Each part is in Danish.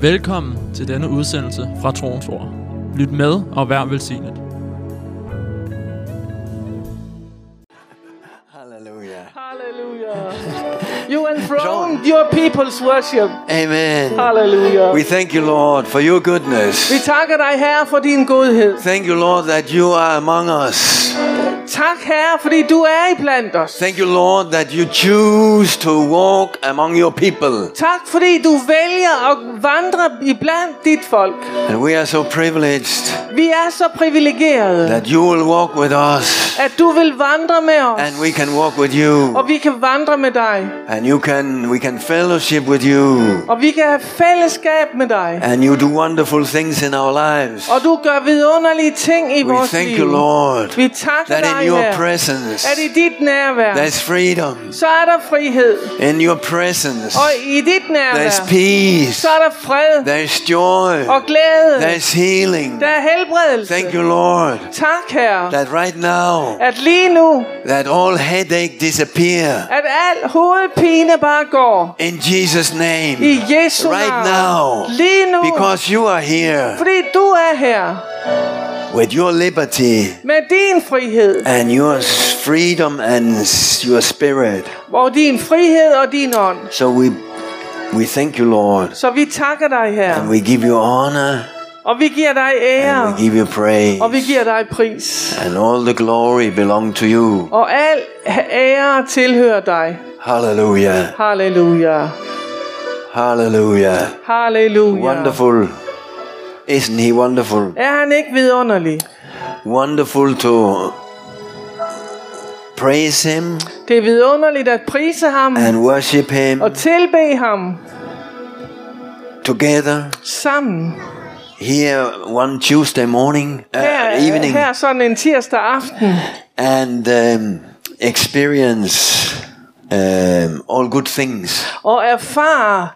Velkommen til denne udsendelse fra Troens Ord. Lyt med og vær velsignet. Hallelujah. Hallelujah. You enthroned your people's worship. Amen. Halleluja. We thank you, Lord, for your goodness. Vi takker dig, Herre, for din godhed. Thank you, Lord, that you are among us. Tak, Herre, fordi du er i blandt os. Thank you, Lord, that you choose to walk among your people. Tak, fordi du vælger at vandre i blandt dit folk. And we are so privileged Vi er så privilegerede, that you will walk with us, at du vil vandre med and os. we can walk with you, Og vi kan vandre med dig. and you can we can fellowship with you, Og vi kan have fællesskab med dig. and you do wonderful things in our lives. Og du gør vidunderlige ting i We vores thank liv. you, Lord, Vi takker that in dig, your Herre, presence at i dit nærvær, there's freedom. så er der frihed. In your presence Og i dit there's nærvær, peace. så er der fred There's joy. og glæde. There's healing. Der er helbredelse. Thank you, Lord, Tak, Herre, that right now at lige nu, that all headache disappear at al hovedpine bare går. in Jesus' I name. Jesu Right navn. now. Lige nu. Because you are here Fordi du er her with your liberty med din frihed. and your freedom and your spirit. Og din frihed og din ånd. So we we thank you, Lord, Så vi takker dig, and Herre. we give you honor Og vi giver dig ære. and we give you praise. Og vi giver dig pris. And all the glory belong to you. Og al ære tilhører dig. Hallelujah. Halleluja. Hallelujah. Halleluja. Wonderful. Isn't he wonderful? Er han ikke vidunderlig? Wonderful to praise him Det er vidunderligt at prise ham and worship him og tilbe ham together sammen. here one Tuesday morning, uh, Her, øh, evening, her sådan en tirsdag aften and um, experience um, all good things og erfare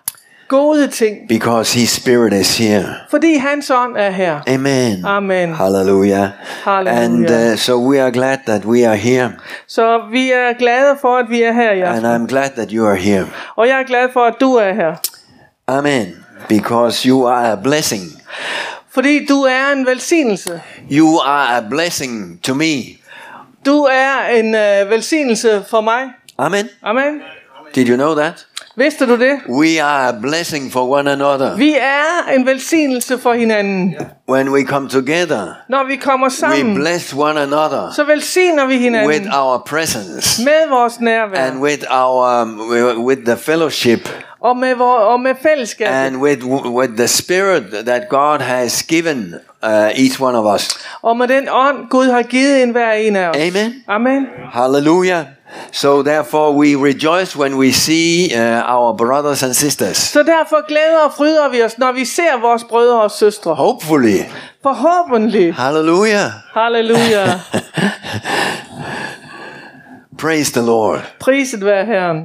gode ting, because his spirit is here. fordi hans ånd er her. Amen. Amen. Hallelujah. Hallelujah. And uh, so we are glad that we are here, Så vi er glade for, at vi er her, ja. and I'm glad that you are here. Og jeg er glad for, at du er her. Amen. Because you are a blessing. Fordi du er en velsignelse. You are a blessing to me. Du er en øh, velsignelse for mig. Amen. Amen. Did you know that? Vidste du det? We are a blessing for one another. Vi er en velsignelse for hinanden. When we come together, Når vi kommer we sammen, bless one another så velsigner vi with hinanden our presence med vores nærvær. and with our um, with the fellowship og med, vor, og med fællesskabet, and with with the spirit that God has given uh, each one of us. og med den ånd, Gud har givet en hver en af os. Amen. Amen. Hallelujah. So therefore we rejoice when we see uh, our brothers and sisters. Så derfor glæder og fryder vi os, når vi ser vores brødre og søstre. Hopefully. Forhåbentlig. Hallelujah. Halleluja. Praise the Lord. Priset være Herren.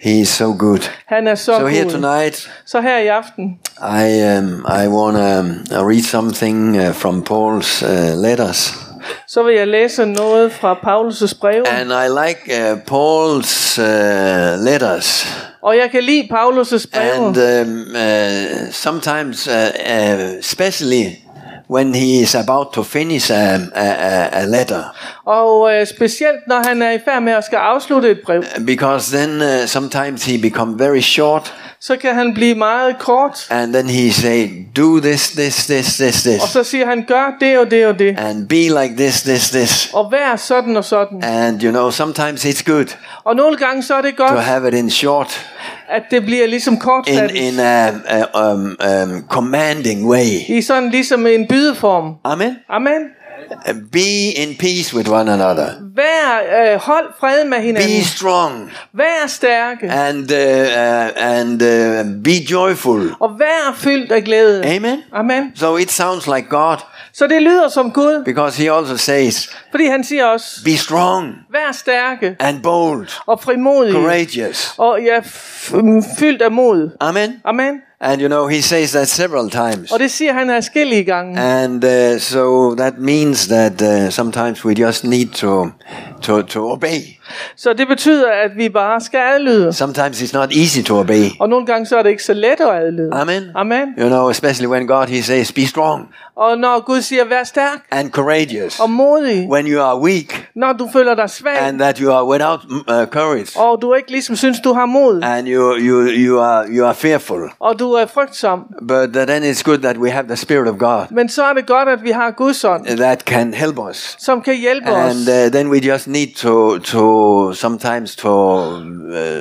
He is so good. Han er så So here god. tonight, Så her i aften, I um, I wanna um, read something uh, from Paul's uh, letters, så vil jeg læse noget fra Paulus' brev. and I like uh, Paul's uh, letters, Og jeg kan lide Paulus' and brev. um, uh, sometimes, uh, uh, especially when he is about to finish um, a, a, a letter, Og øh, specielt når han er i færd med at skal afslutte et brev, because then uh, sometimes he become very short, så kan han blive meget kort. and then he say, "Do this, this, this, this, Og this, så siger han, gør det og det og det. and be like this, this, this." Og vær sådan og sådan. And you know, sometimes it's good Og nogle gange så er det to godt, have it in short. at det bliver ligesom in kortfattet. in a, a um, um, commanding way. I sådan ligesom en bydeform. Amen. Amen. Uh, Be in peace with one another. Vær, øh, hold fred med Be hinanden. strong Vær stærke. and uh, uh, and uh, be joyful. Og vær fyldt af glæde. Amen. Amen. So it sounds like God Så det lyder som Gud, because He also says, fordi han siger også, "Be strong vær stærke and bold, og frimodige. courageous." Og ja, f- fyldt af mod. Amen. Amen. And you know He says that several times. Og det siger han adskillige gange. And uh, so that means that uh, sometimes we just need to to to obey. Så det betyder, at vi bare skal adlyde. Sometimes it's not easy to obey. Og nogle gange så er det ikke så let at adlyde. Amen. Amen. You know, especially when God He says, "Be strong Og når Gud siger, vær stærk and courageous." og modig, When you are weak når du føler dig svag, and that you are without mm, uh, courage og du ikke ligesom synes, du har mod, and you you you are you are fearful, og du er frygtsom, but uh, then it's good that we have the Spirit of God men så er det godt, at vi har Guds ånd, that can help us. som kan hjælpe os. And uh, then we just need to to sometimes to uh,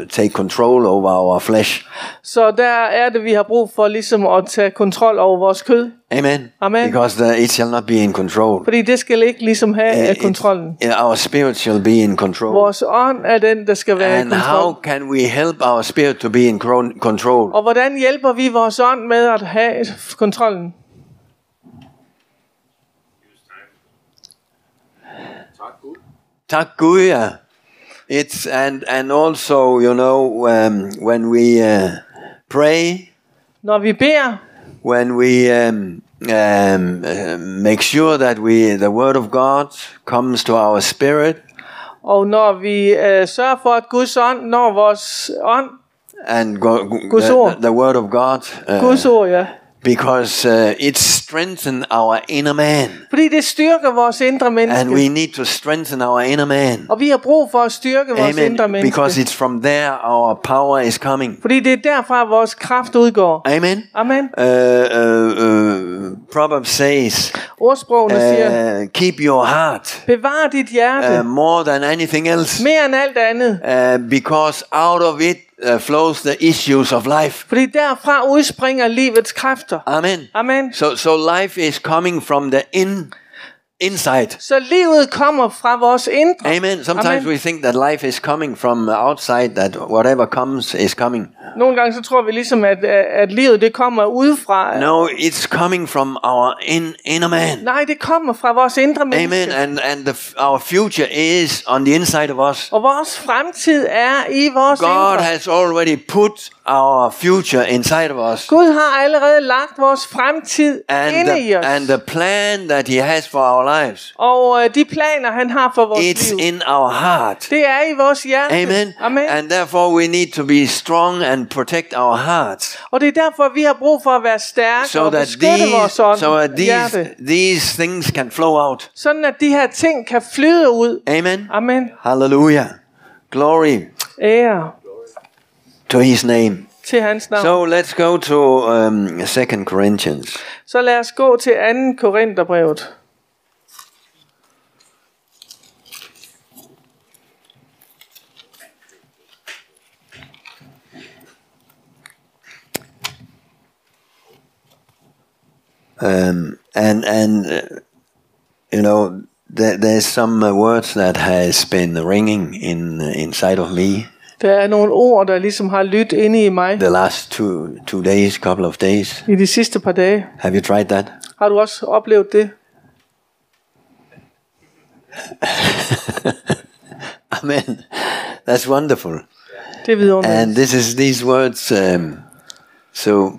take control over our flesh. Så der er det, vi har brug for ligesom at tage kontrol over vores kød, Amen. uh, Amen. Because the, it shall not be in control. Uh, fordi det skal ikke ligesom have af It's- kontrollen. yeah, our spirit shall be in control. Vores ånd er den, der skal være i and how kontrol. can we help our spirit to be in cron- control? Og hvordan hjælper vi vores ånd med at have kontrollen? Tak Gud, ja. It's and and also you know um, when we uh, pray, Når vi beder, when we um, um, uh, make sure that we the word of God comes to our spirit og når vi øh, sørger for, at Guds ånd når vores ånd, and go, the- Guds ord. the, the word of God uh, Guds ord, ja. because uh, it strengthens our inner man Fordi det styrker vores indre and menneske. we need to strengthen our inner man. Og vi har brug for at styrke vores indre Amen. Because menneske. it's from there our power is coming. Fordi det er derfra, vores kraft udgår. Amen. Amen. Uh, uh, uh, Proverbs says, Ordsprogene siger, uh, keep your heart bevar dit uh, hjerte more than anything else, mere end alt andet. uh, because out of it uh, flows the issues of life. Fordi derfra udspringer livets kræfter. Amen. Amen. So, so life is coming from the in, inside. Så livet kommer fra vores indre. Amen. Sometimes Amen. we think that life is coming from outside, that whatever comes is coming. Nogle gange så tror vi ligesom, at, at at livet det kommer udefra. No, it's coming from our in, inner man. Nej, det kommer fra vores indre Amen. menneske. And and the, f- our future is on the inside of us. Og vores fremtid er i vores God indre. has already put our future inside of us. Gud har allerede lagt vores fremtid And inde i the, os. and the plan that He has for our lives, og øh, de planer, han har for vores it's liv, in our heart. det er i vores hjerte. Amen. Amen. And therefore, we need to be strong and protect our hearts, og det er derfor, vi har brug for at være stærke so og that beskytte these vores ånd so that these hjerte. these things can flow out. Sådan at de her ting kan flyde ud. Amen. Amen. Hallelujah. Glory Ære to His name. til hans navn. So let's go to um, Second Corinthians. Så lad os gå til 2. Korintherbrevet. um, and and uh, you know there, there's some uh, words that has been ringing in inside of me Der er nogle ord, der ligesom har lyttet inde i mig the last two two days couple of days i de sidste par dage. have you tried that Har du også oplevet det? amen that's wonderful Det er vidunderligt. and this is these words um, so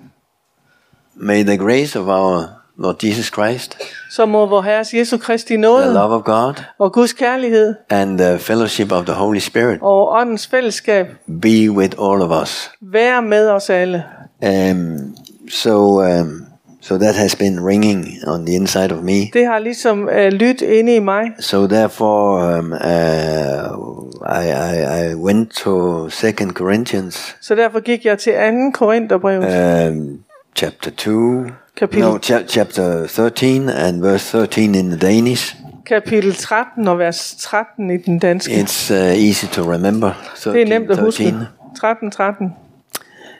may the grace of our Lord Jesus Christ Så må vor Herres Jesu Kristi the nåde love of God og Guds kærlighed and the fellowship of the Holy Spirit og åndens fællesskab be with all of us være med os alle. Um, so, um, so that has been ringing on the inside of me. Det har ligesom øh, lyttet inde i mig. So therefore, um, uh, I, I, I went to Second Corinthians, Så derfor gik jeg til 2. Korintherbrevet, øh. um, chapter two, Kapitel- no, cha- chapter thirteen and verse thirteen in the Danish. kapitel 13 og vers 13 i den danske. It's uh, easy to remember. det 13, er nemt at huske. 13. 13, 13.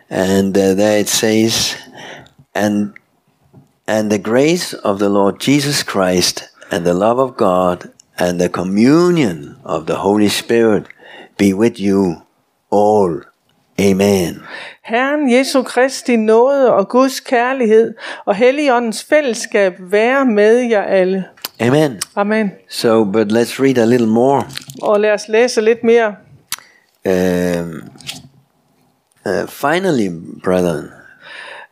And uh, there it says, and and the grace of the Lord Jesus Christ and the love of God and the communion of the Holy Spirit be with you all. Amen. Herren Jesu Kristi nåde og Guds kærlighed og Helligåndens fællesskab være med jer alle. Amen. Amen. So, but let's read a little more. Og lad os læse lidt mere. Um, uh, finally, brethren,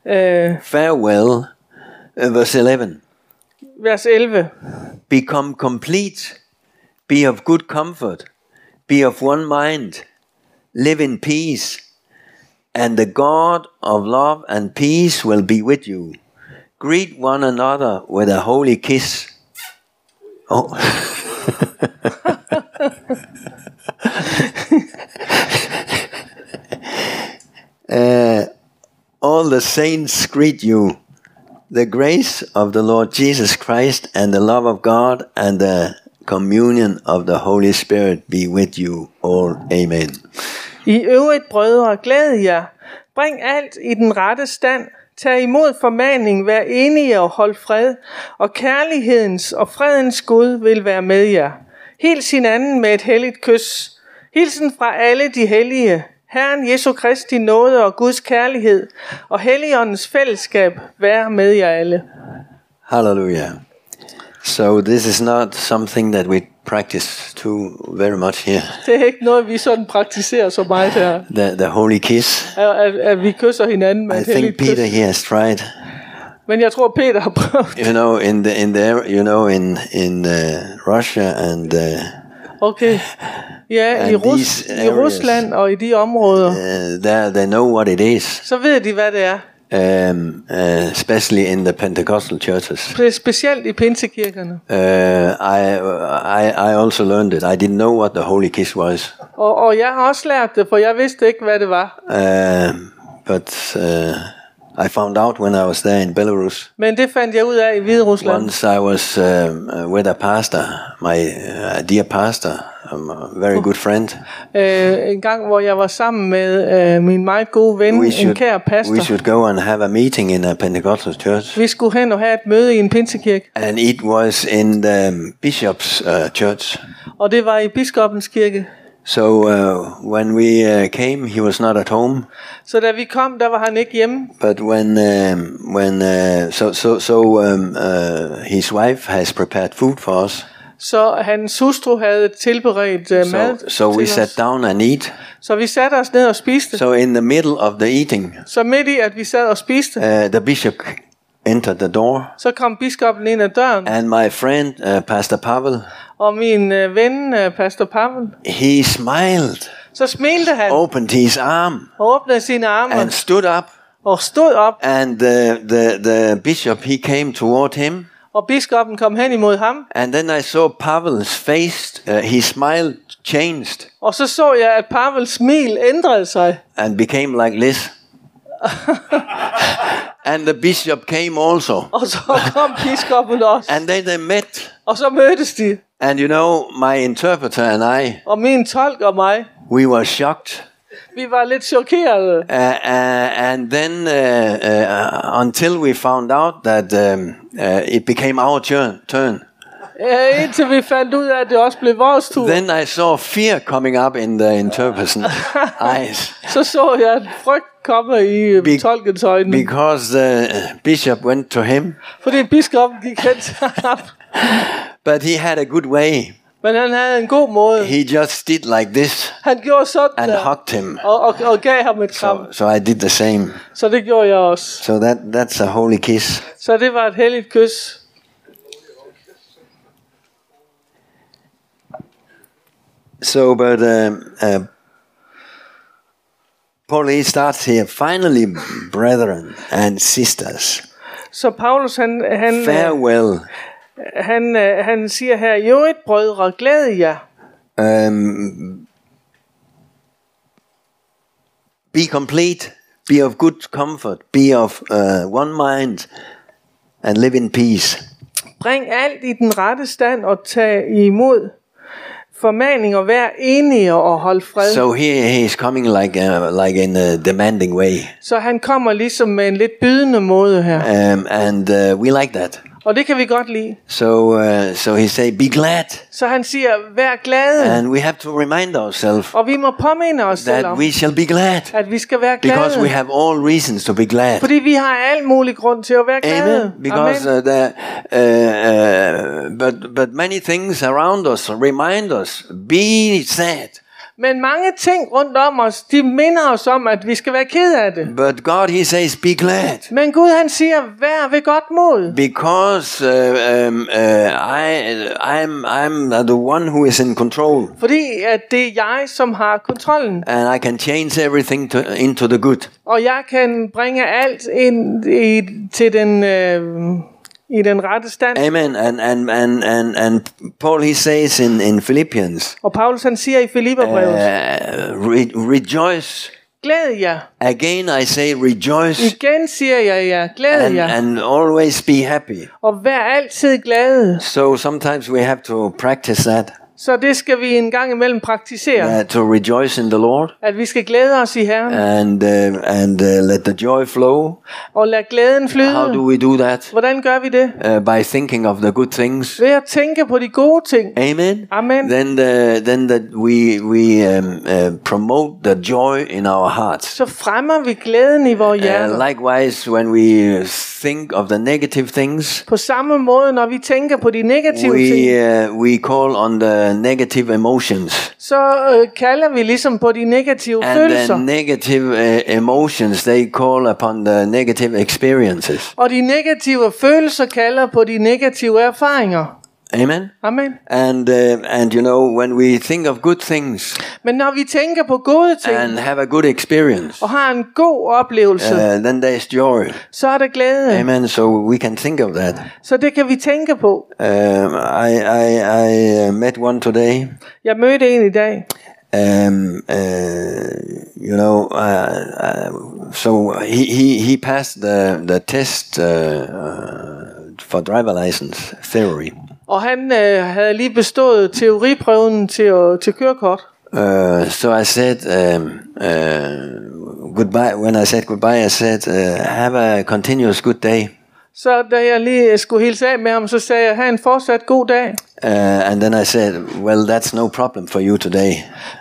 Øh, farewell. Uh, verse 11. vers 11. Become complete, be of good comfort, Be of one mind. Live in peace. And the God of love and peace will be with you. Greet one another with a holy kiss. Oh. Uh, all the saints greet you. The grace of the Lord Jesus Christ and the love of God and the communion of the Holy Spirit be with you all. Amen. I øvrigt, brødre, glæd jer. Bring alt i den rette stand. Tag imod formaning, vær enige og hold fred, og kærlighedens og fredens Gud vil være med jer. Hils hinanden med et helligt kys. Hilsen fra alle de hellige. Herren Jesu Kristi nåde og Guds kærlighed og Helligåndens fællesskab være med jer alle. Hallelujah. So, this is not something that we practice too very much here. Det er ikke noget, vi sådan praktiserer så meget her, The, the holy kiss. at, at, at vi kysser hinanden med I et helligt think Peter kys. here has tried. Men jeg tror, Peter har prøvet. You know, in the in the you know in in uh, Russia and uh, Okay. Ja, i, And Rus- these i Rusland og i de områder, uh, there they know what it is. så ved de, hvad det er. um, uh, especially in the Pentecostal churches. Det er specielt i pinsekirkerne. Uh, I, I, I also learned it. I didn't know what the holy kiss was, Og, og jeg har også lært det, for jeg vidste ikke, hvad det var. um, but uh, I found out when I was there in Belarus. Men det fandt jeg ud af i Hvide Rusland. Once I was um, uh, with a pastor, my uh, dear pastor, um, a very good friend. Øh, en gang, hvor jeg var sammen med øh, min meget gode ven, en kær pastor. we should go and have a meeting in a Pentecostal church. Vi skulle hen og have et møde i en pinsekirke, And it was in the bishop's uh, church. og det var i biskoppens kirke. So uh, when we uh, came, he was not at home. Så da vi kom, der var han ikke hjemme. But when um, when uh, so so so um, uh, his wife has prepared food for us, Så hans hustru havde tilberedt øh, so, mad so we til sat os. down and eat. Så vi satte os ned og spiste. So in the middle of the eating, Så midt i, at vi sad og spiste, uh, the bishop entered the door, så kom biskoppen ind ad døren, and my friend uh, Pastor Pavel, og min øh, ven, øh, pastor Pavel, he smiled, så smilte han opened his arm, og åbnede sine arme and stood up. og stod op, And the the the bishop he came toward him, og biskoppen kom hen imod ham. and then I saw Pavel's face. Uh, his smile changed Og så så jeg, at Pavels smil ændrede sig, and became like this. and the bishop came also. og så kom biskoppen også, And then they met. og så mødtes de. And you know, my interpreter and I, Og min tolk og mig, we were shocked. vi var lidt chokerede. Uh, uh, and then uh, uh, until we found out that um, uh, it became our turn, turn. Ja, øh, indtil vi fandt ud af, at det også blev vores tur, Then I saw fear coming up in the interpreter's eyes så så jeg en frygt komme i øh, Be- tolkens øjne, because the bishop went to him, fordi biskoppen gik hen til ham. but he had a good way. Men han havde en god måde. He just did like this Han gjorde sådan and der, hugged him. og, og, og gav ham et kram. So, so I did the same. Så det gjorde jeg også. So that that's a holy kiss. Så det var et heldigt kys. So, but um, uh, Paul he starts here. Finally, brethren and sisters, Så Paulus, han, han, øh, farewell. han, øh, han siger her, jo et brødre, glæd jer. Um, be complete. Be of good comfort. Be of uh, one mind, and live in peace. Bring alt i den rette stand og tag imod formaning og vær enige og hold fred. Så, So here he is coming like uh, like in a demanding way, så han kommer ligesom med en lidt bydende måde her. um, and uh, we like that. Og det kan vi godt lide. So uh, so he say, be glad. Så han siger, vær glade. And we have to remind ourselves Og vi må påminde os selv that om, we shall be glad at vi skal være because we glade. have all reasons to be glad. Fordi vi har al mulig grund til at være glade. Amen. Because uh, the, uh, uh, but but many things around us remind us be sad, Men mange ting rundt om os, de minder os om, at vi skal være ked af det. But God, He says, be glad. Men Gud han siger, vær ved godt mod. Because uh, um, uh, I, I'm, I'm the one who is in control, Fordi at det er jeg, som har kontrollen. and I can change everything to, into the good. Og jeg kan bringe alt ind i, til den, øh, i den rette stand. Amen. And and and and and Paul he says in in Philippians, Og Paulus han siger i Filipperbrevet, uh, re- rejoice. glæd jer. Again, I say rejoice, Igen siger jeg jer, glæd and jer. and always be happy. Og vær altid glade. So sometimes we have to practice that Så det skal vi en gang imellem praktisere. uh, to rejoice in the Lord At vi skal glæde os i Herren. and uh, and uh, let the joy flow. Og lad glæden How do flyde. we do that? Hvordan gør vi det? Uh, by thinking of the good things. Ved at tænke på de gode ting. Amen. Amen. Then the, then that we we um, uh, promote the joy in our hearts. Så fremmer vi glæden i vores Uh, hjerter. likewise, when we uh, think of the negative things, På samme måde, når vi tænker på de negative ting, we uh, we call on the negative emotions, så øh, kalder vi ligesom på de negative and følelser. the negative uh, emotions they call upon the negative experiences. Og de negative følelser kalder på de negative erfaringer. Amen. Amen. And uh, and you know when we think of good things Men når vi tænker på gode ting and have a good experience, og har en god oplevelse, uh, then there's joy. så er der glæde. Amen. So we can think of that. Så det kan vi tænke på. Um, I I I uh, met one today. Jeg mødte en i dag, um, uh, you know, uh, uh, so he, he, he passed the, the test uh, uh, for driver license theory. og han øh, havde lige bestået teoriprøven til, øh, til kørekort. Uh, so I said um, uh, goodbye. When I said goodbye, I said, uh, "Have a continuous good day." Så da jeg lige øh, skulle hilse af med ham, så sagde jeg, have en fortsat god dag. Uh, and then I said, "Well, that's no problem for you today."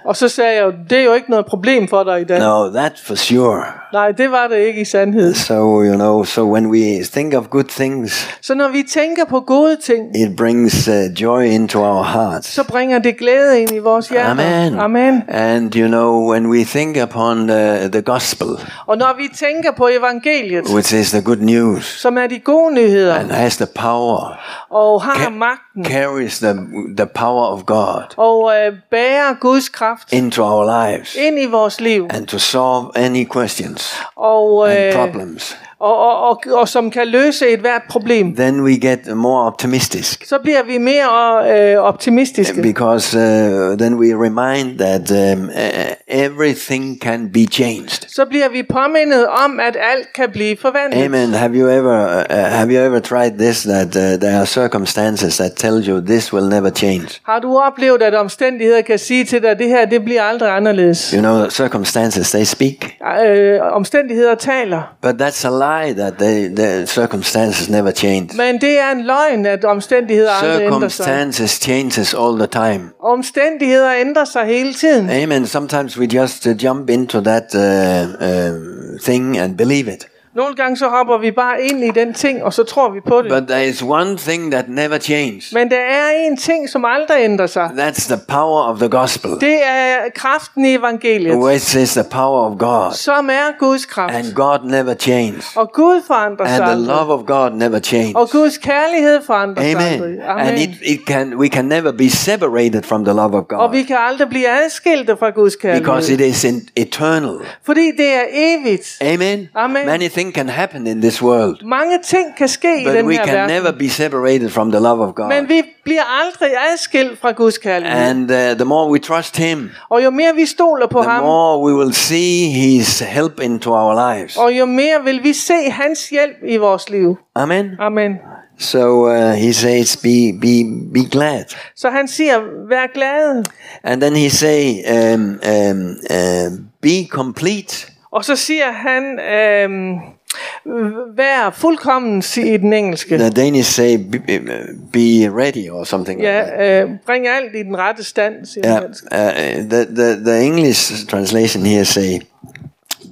Og så sagde jeg, jo, det er jo ikke noget problem for dig i dag. No, that for sure. Nej, det var det ikke i sandhed. So you know, so when we think of good things, Så når vi tænker på gode ting, it brings uh, joy into our hearts. så bringer det glæde ind i vores hjerter. Amen. Amen. And you know, when we think upon the, the gospel, Og når vi tænker på evangeliet, which is the good news, som er de gode nyheder, and has the power, og har Kan- magten, carries the, the power of God og øh, bærer Guds kraft into our lives, ind i vores liv, and to solve any questions og, and øh, problems, og, og, og, og som kan løse et hvert problem, then we get more optimistic. så bliver vi mere øh, optimistiske. Because uh, then we remind that um, uh, everything can be changed. Så bliver vi påmindet om, at alt kan blive forvandlet. Amen. Have you ever uh, have you ever tried this? That uh, there are circumstances that tell you this will never change. Har du oplevet, at omstændigheder kan sige til dig, at det her det bliver aldrig anderledes? You know, circumstances, they speak. Øh, omstændigheder taler. But that's a lie that they, the circumstances never change. Men det er en løgn, at omstændigheder aldrig ændrer sig. Circumstances changes all the time. Omstændigheder ændrer sig hele tiden. Amen. Sometimes we just uh, jump into that uh, uh, thing and believe it. Nogle gange så hopper vi bare ind i den ting, og så tror vi på det. But there is one thing that never changes. Men der er en ting, som aldrig ændrer sig. That's the power of the gospel, Det er kraften i evangeliet, which is the power of God. som er Guds kraft. And God never changes. Og Gud forandrer sig And the aldrig. love of God never changes. Og Guds kærlighed forandrer sig Amen. aldrig. And Oh, Amen. Oh, it, it can, we can never be separated from the love of Og God. vi kan aldrig blive adskilte fra Guds because kærlighed. it is in eternal. Fordi det er evigt. Amen. Amen. Many things can happen in this world, Mange ting kan ske i but den we her can verden. never be separated from the love of God. Men vi bliver aldrig adskilt fra Guds kærlighed. and uh, the more we trust Him, Og jo mere vi stoler på the ham, more we will see His help into our lives. og jo mere vil vi se hans hjælp i vores liv. Amen. Amen. So uh, He says, "Be be be glad." Så han siger, vær glad. And then He say, um, um, uh, "Be complete." Og så siger han, øhm, vær fuldkommen si- i den engelske. The Danish say, "Be, be ready" or something. Like that. Ja, øh, bring alt i den rette stand, siger Yeah, han. uh, the, the the English translation here say,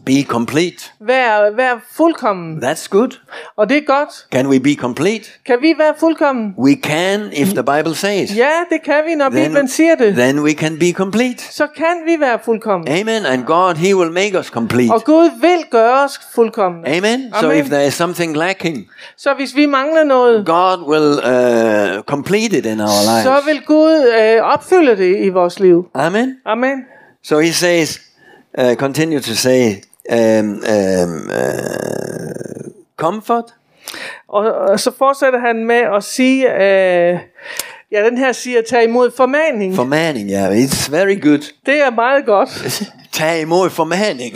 Be complete. Vær, vær fuldkommen. That's good. Og det er godt. Can we be complete? Kan vi være fuldkommen? We can if the Bible says. Ja, det kan vi, når Then, Bibelen siger det. then we can be complete. Så kan vi være fuldkommen. Amen. And God, He will make us complete. Og Gud vil gøre os fuldkommen. Amen. So Amen. if there is something lacking, Så hvis vi mangler noget, God will uh, complete it in our så lives. vil Gud øh, opfylde det i vores liv. Amen. Amen. So He says, uh, continue to say, um, um, uh, comfort, Og, og så fortsætter han med at sige, øh, ja, den her siger, tag imod formaning. For... formaning. Yeah, it's very good. Det er meget godt. Tag imod formaning.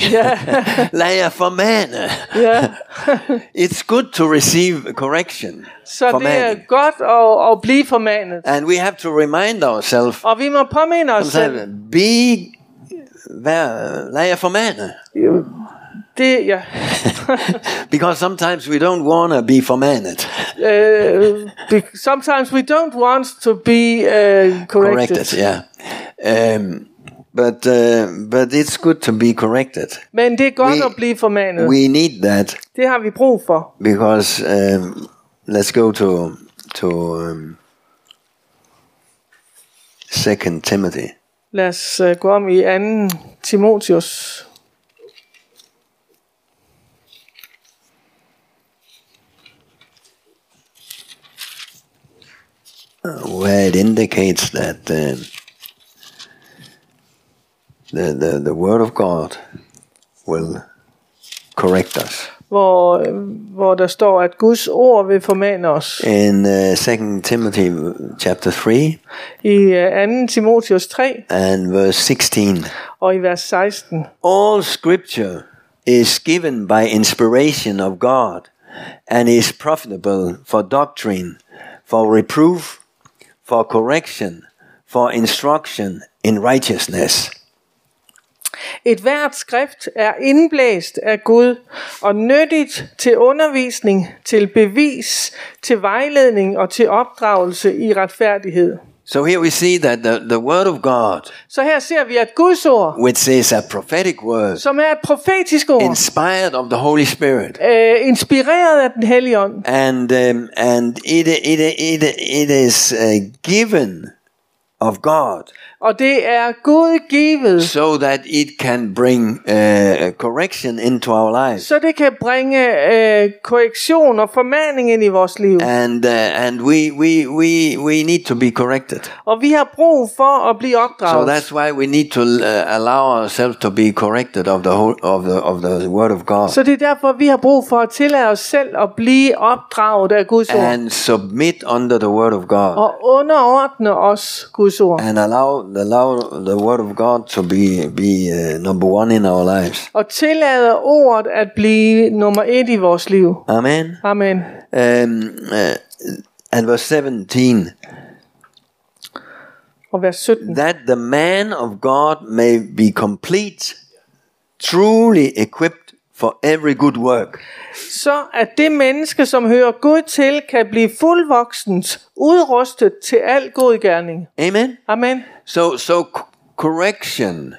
Lad jer formane. Ja. It's good to receive correction. Så det formaning. er godt at, at blive formanet. And we have to remind ourselves, Og vi må påminde os selv. be, vær, lad jer formane. Det, ja. Because sometimes we don't want to be formaned. Øh, be- sometimes we don't want to be uh, corrected. Corrected, yeah. Um, but, uh, but it's good to be corrected. Men det er godt We- at blive formanet. We need that Det har vi brug for. because um, let's go to, to um, 2 Timothy. Lad os øh, gå om i 2. Timotius. where it indicates that uh, the, the the word of God will correct us. hvor, øh, hvor der står, at Guds ord vil formane os. In uh, Second Timothy uh, chapter three I øh, 2. Timotius 3 and verse sixteen, og i vers 16. all Scripture is given by inspiration of God, and is profitable for doctrine, for reproof, for correction, for instruction in righteousness. Et hvert skrift er indblæst af Gud og nyttigt til undervisning, til bevis, til vejledning og til opdragelse i retfærdighed. So here we see that the, the word of God Så her ser vi, at Guds ord, which is a prophetic word som er et profetisk ord, inspired of the Holy Spirit. øh, inspireret af den hellige ånd, And, um, and it, it, it, it is uh, given of God og det er Gud givet, so that it can bring uh, correction into our lives. så det kan bringe øh, korrektion og formaning ind i vores liv. And, uh, and we, we, we, we need to be corrected. Og vi har brug for at blive So opdraget. that's why we need to uh, allow ourselves to be corrected of the, whole, of, the, of the Word of God så det er derfor, vi har brug for at tillade os selv at blive opdraget af Guds ord. and submit under the Word of God. Og underordne os Guds ord. and allow allow the word of God to be be uh, number one in our lives. Og tillade ordet at blive nummer et i vores liv. Amen. Amen. Um, uh, and verse seventeen, Og vers 17. that the man of God may be complete, truly equipped for every good work. Så at det menneske, som hører Gud til, kan blive fuldvoksent, udrustet til al god gerning. Amen. Amen. So so c- correction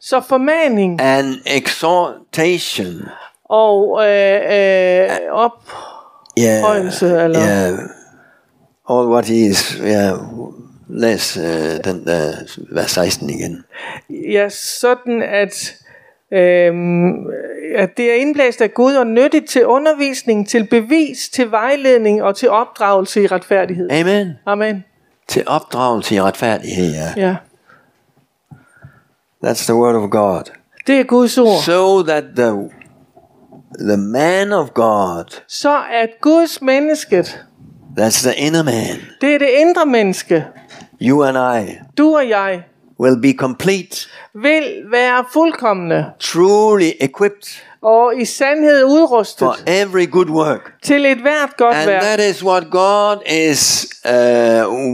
Så formaning and exhortation. og øh, øh, op. Yeah. Højelse, eller- Yeah. All what he is. Yeah. Less uh, than uh, vers 16 igen. Ja, sådan at, øhm, at det er indblæst af Gud og nyttigt til undervisning, til bevis, til vejledning og til opdragelse i retfærdighed. Amen. Amen. Til opdragelse i retfærdighed, ja. Ja. That's the word of God. Det er Guds ord. So that the, the man of God, Så at Guds mennesket, that's the inner man, det er det indre menneske, you and I, du og jeg, will be complete, vil være fuldkommende, truly equipped og i sandhed udrustet for every good work. til et hvert godt And værk. that is what God is uh,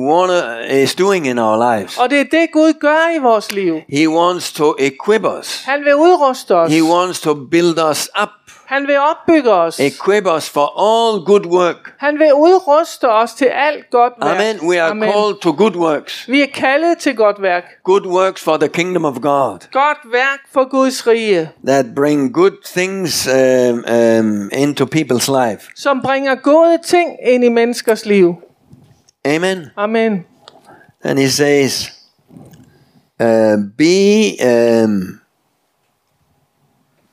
wanna, is doing in our lives. Og det er det, Gud gør i vores liv. He wants to equip us. Han vil udruste os. He wants to build us up. Han vil opbygge os. Equip us for all good work. Han vil udruste os til alt godt værk. Amen. We are called to good works. Vi er kaldet til godt værk. Good works for the kingdom of God Godt værk for Guds rige, that bring good things um, um, into people's life. som bringer gode ting ind i menneskers liv. Amen. Amen. And he says, uh, be um,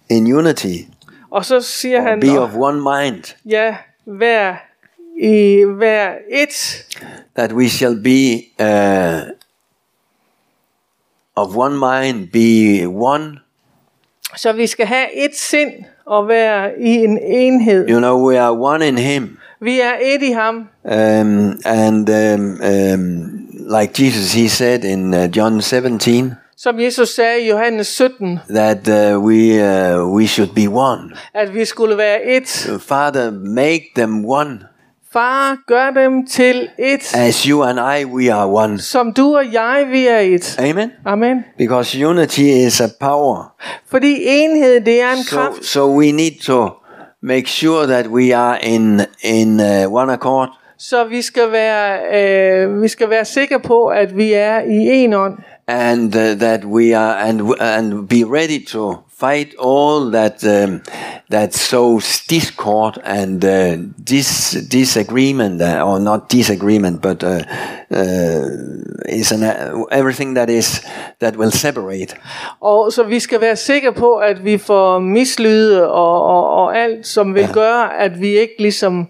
in unity, Og så siger han, be of one mind, ja, vær i hver et, that we shall be uh, of one mind, be one. så vi skal have et sind og være i en enhed. You know, we are one in him. Vi er et i ham, Um, and um, um, like Jesus, he said in uh, John 17 som Jesus sagde i Johannes 17, that uh, we, uh, we should be one. at vi skulle være et. Father, make them one. Far, gør dem til et, As you and I, we are one. som du og jeg, vi er et. Amen. Amen. Because unity is a power. Fordi enhed, det er en So, kraft, so we need to make sure that we are in in uh, one accord, så vi skal være, øh, vi skal være sikre på, at vi er i en ånd, and uh, that we are and w- and be ready to fight all that um, that sows discord and uh, dis disagreement uh, or not disagreement, but uh, uh, is an, uh, everything that is that will separate. og så vi skal være sikre på, at vi får mislyde og, og, og alt, som vil gøre, at vi ikke ligesom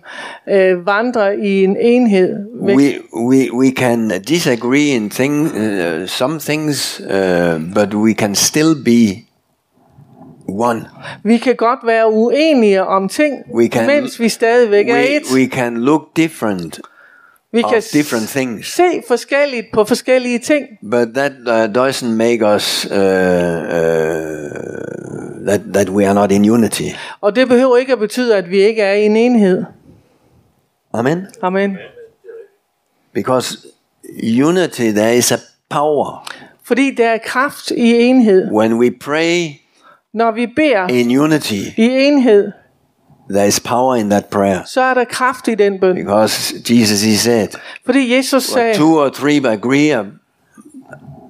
øh, vandrer i en enhed. væk. we we we can disagree in thing uh, some things, uh, but we can still be one. Vi kan godt være uenige om ting, We can- mens vi stadigvæk er We, et. we can look different vi of kan s- different things, se forskelligt på forskellige ting, but that uh, doesn't make us uh, uh, that that we are not in unity. og det behøver ikke at betyde, at vi ikke er i en enhed. Amen. Amen. Because unity, there is a power Fordi der er kraft i enhed. when we pray Når vi beder in unity. i enhed, There is power in that prayer så er der kraft i den bøn. because Jesus, he said. Fordi Jesus What sagde, two or three agree ab-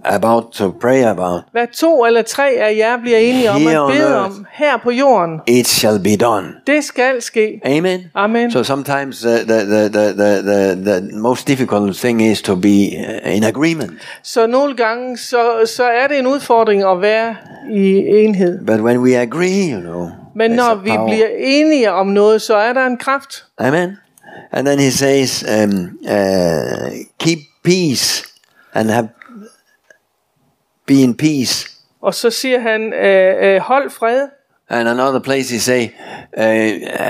about to pray about, hvad to eller tre af jer bliver enige om Here on at bede earth. om her på jorden, it shall be done. det skal ske. Amen. Amen. So sometimes the the, the, the, the, the, the most difficult thing is to be uh, in agreement. Så nogle gange, så, så er det en udfordring at være i enhed. But when we agree, you know, Men there's når a vi power. bliver enige om noget, så er der en kraft. Amen. And then he says, um, uh, keep peace and have be in peace. Og så siger han, øh, øh, hold fred. And another place he say, uh,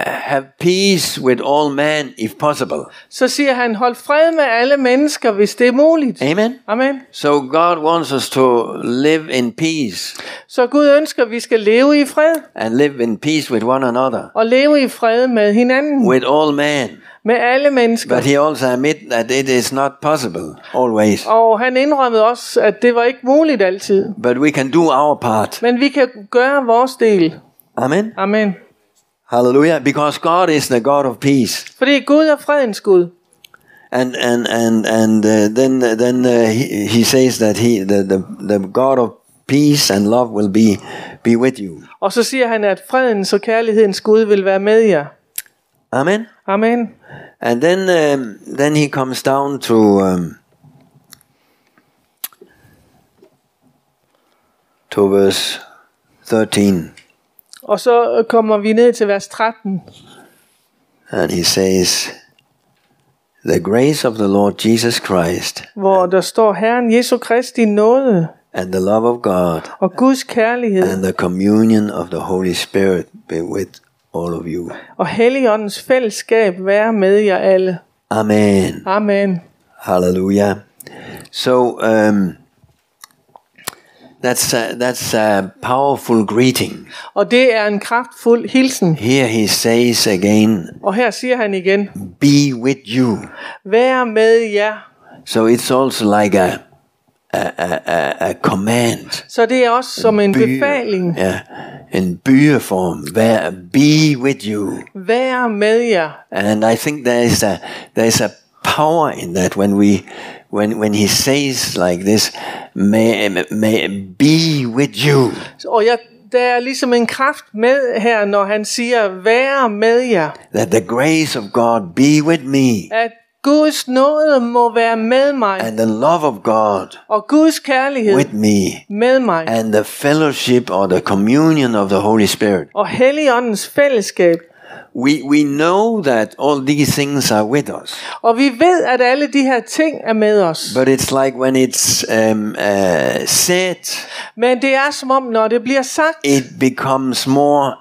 have peace with all men if possible. Så siger han, hold fred med alle mennesker, hvis det er muligt. Amen. Amen. So God wants us to live in peace Så Gud ønsker, at vi skal leve i fred, and live in peace with one another, og leve i fred med hinanden. with all men. med alle mennesker. But he also admit that it is not possible always. Og han indrømmede også, at det var ikke muligt altid. But we can do our part. Men vi kan gøre vores del. Amen. Amen. Hallelujah. Because God is the God of peace. Fordi Gud er fredens Gud. And and and and uh, then then uh, he, he says that he the, the the God of peace and love will be be with you. Og så siger han, at fredens og kærlighedens Gud vil være med jer. Amen. Amen. And then um, then he comes down to um, to verse 13 Og så kommer vi ned til vers 13. and he says the grace of the Lord Jesus Christ Hvor der står Herren Jesu Kristi nåde and the love of God og Guds kærlighed and the communion of the Holy Spirit be with all of you. og Helligåndens fællesskab være med jer alle. Amen. Amen. Hallelujah. So um, That's a, that's a powerful greeting. Og det er en kraftfuld hilsen. Here he says again, Og her siger han igen, be with you. vær med jer. So it's also like a, a, a, a, a command. Så det er også som en Be- befaling, Yeah, in byreform, where be with you. vær med jer. And I think there is a there is a power in that when we when when he says like this, may may be with you. Og jeg, der er ligesom en kraft med her, når han siger, vær med jer. That the grace of God be with me, At Guds nåde må være med mig, and the love of God og Guds kærlighed with me, med mig, and the fellowship or the communion of the Holy Spirit. og Helligåndens fællesskab. We we know that all these things are with us. Og vi ved, at alle de her ting er med os. But it's like when it's um, uh, said, Men det er som om, når det bliver sagt, it becomes more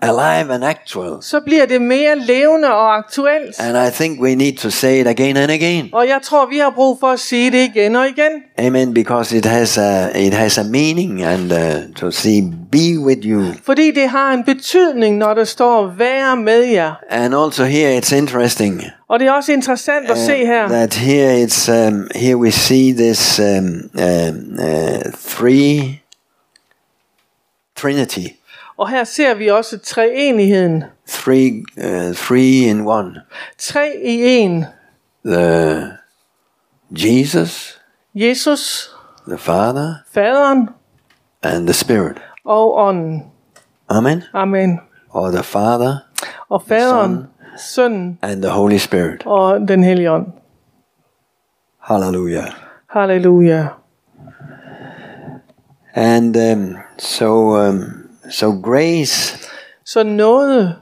alive and actual. så bliver det mere levende og aktuelt. And I think we need to say it again and again. Og jeg tror, vi har brug for at sige det igen og igen. Amen. Because it has a it has a meaning, and uh, to see be with you. Fordi det har en betydning, når der står, vær med jer. And also here it's interesting Og det er også interessant at uh, se her, that here it's um, here we see this um, um, uh, three Trinity, og her ser vi også treenigheden. three uh, three in one. Tre i en. the Jesus, Jesus, the Father, Faderen and the Spirit. og Ånden. Amen. Amen. Or the Father Og Faderen, Sønnen and the Holy Spirit. og den hellige ånd. Hallelujah. Halleluja. And um, so, um, so grace. Så noget.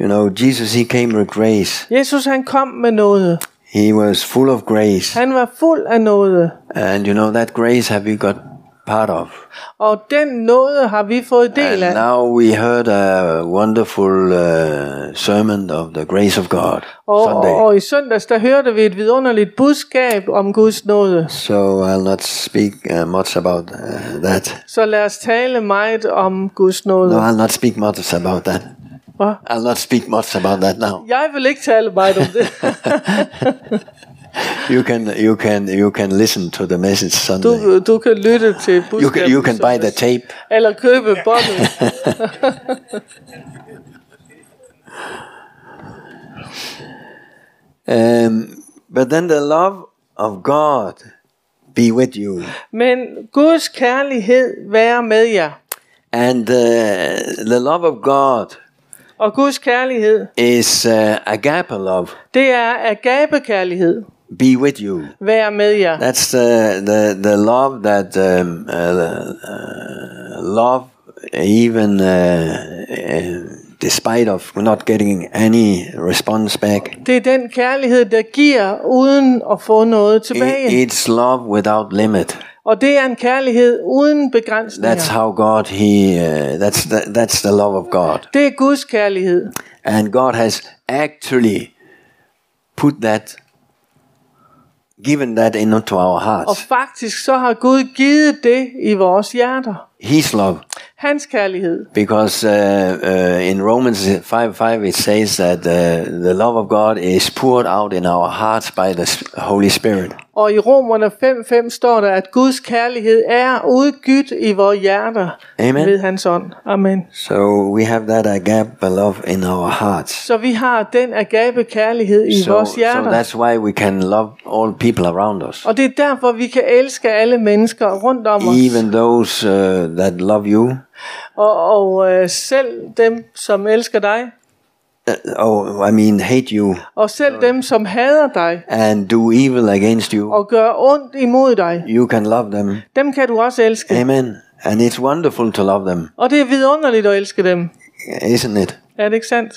You know, Jesus, he came with grace. Jesus han kom med noget. He was full of grace, Han var fuld af noget. and you know that grace have you got part of. Og den noget har vi fået And del af. now we heard a wonderful uh, sermon of the grace of God Og, og, Sunday. og i søndags, der hørte vi et vidunderligt budskab om Guds nåde. So I'll not speak uh, much about uh, that. Så lad os tale meget om Guds nåde. No, I'll not speak much about that. Hva? I'll not speak much about that now. Jeg vil ikke tale meget om det. You can, you can, you can listen to the message Sunday. Du, du kan lytte til budskabet. You can, you can i buy the søndags. tape. Eller købe båndet. Um, but then the love of God be with you, Men Guds kærlighed være med jer. and uh, the love of God Og Guds kærlighed, is uh, agape love. det er agabekærlighed. Be with you. Være med jer. That's the the, the love that um, uh, uh, love even uh, uh, despite of not getting any response back. Det er den kærlighed, der giver uden at få E- noget It- tilbage. it's love without limit. Og det er en kærlighed uden That's begrænsninger. how God he uh, that's the, that's the love of God. Det er Guds kærlighed. And God has actually put that given that into our Og hearts. faktisk så har Gud givet det i vores hjerter. His love Hans kærlighed. Because uh, uh, in Romans 5 5, it says that uh, the love of God is poured out in our hearts by the S- Holy Spirit. Og i Romerne 5.5 står der, at Guds kærlighed er udgydt i vores hjerter Amen. ved hans ånd. Amen. So we have that agape love in our hearts. Så vi har den agape kærlighed i So, vores so hjerter. that's why we can love all people around us. og det er derfor, vi kan elske alle mennesker rundt om os. Even those uh, that love you. Og, og øh, selv dem, som elsker dig. Uh, oh, I mean, hate you Og selv dem, som hader dig and do evil against you. og gør ondt imod dig. You can love them. Dem kan du også elske. Amen. And it's wonderful to love them, Og det er vidunderligt at elske dem. isn't it? Er det ikke sandt?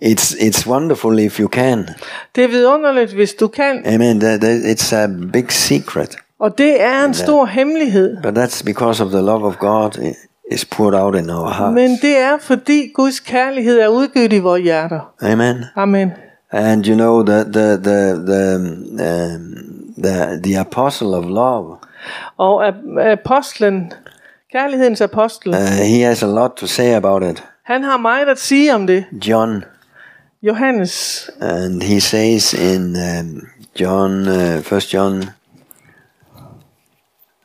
It's, it's wonderful if you can. Det er vidunderligt, hvis du kan. Amen. That, that, it's a big secret, Og det er en stor hemmelighed. but that's because of the love of God i- is poured out in our hearts. Men det er fordi Guds kærlighed er udgivet i vores hjerter. Amen. Amen. And you know the the the the um, um, the, the apostle of love Og ap- apostlen, kærlighedens apostel, Uh, he has a lot to say about it. han har meget at sige om det. John, Johannes, and he says in um, John, uh, First John,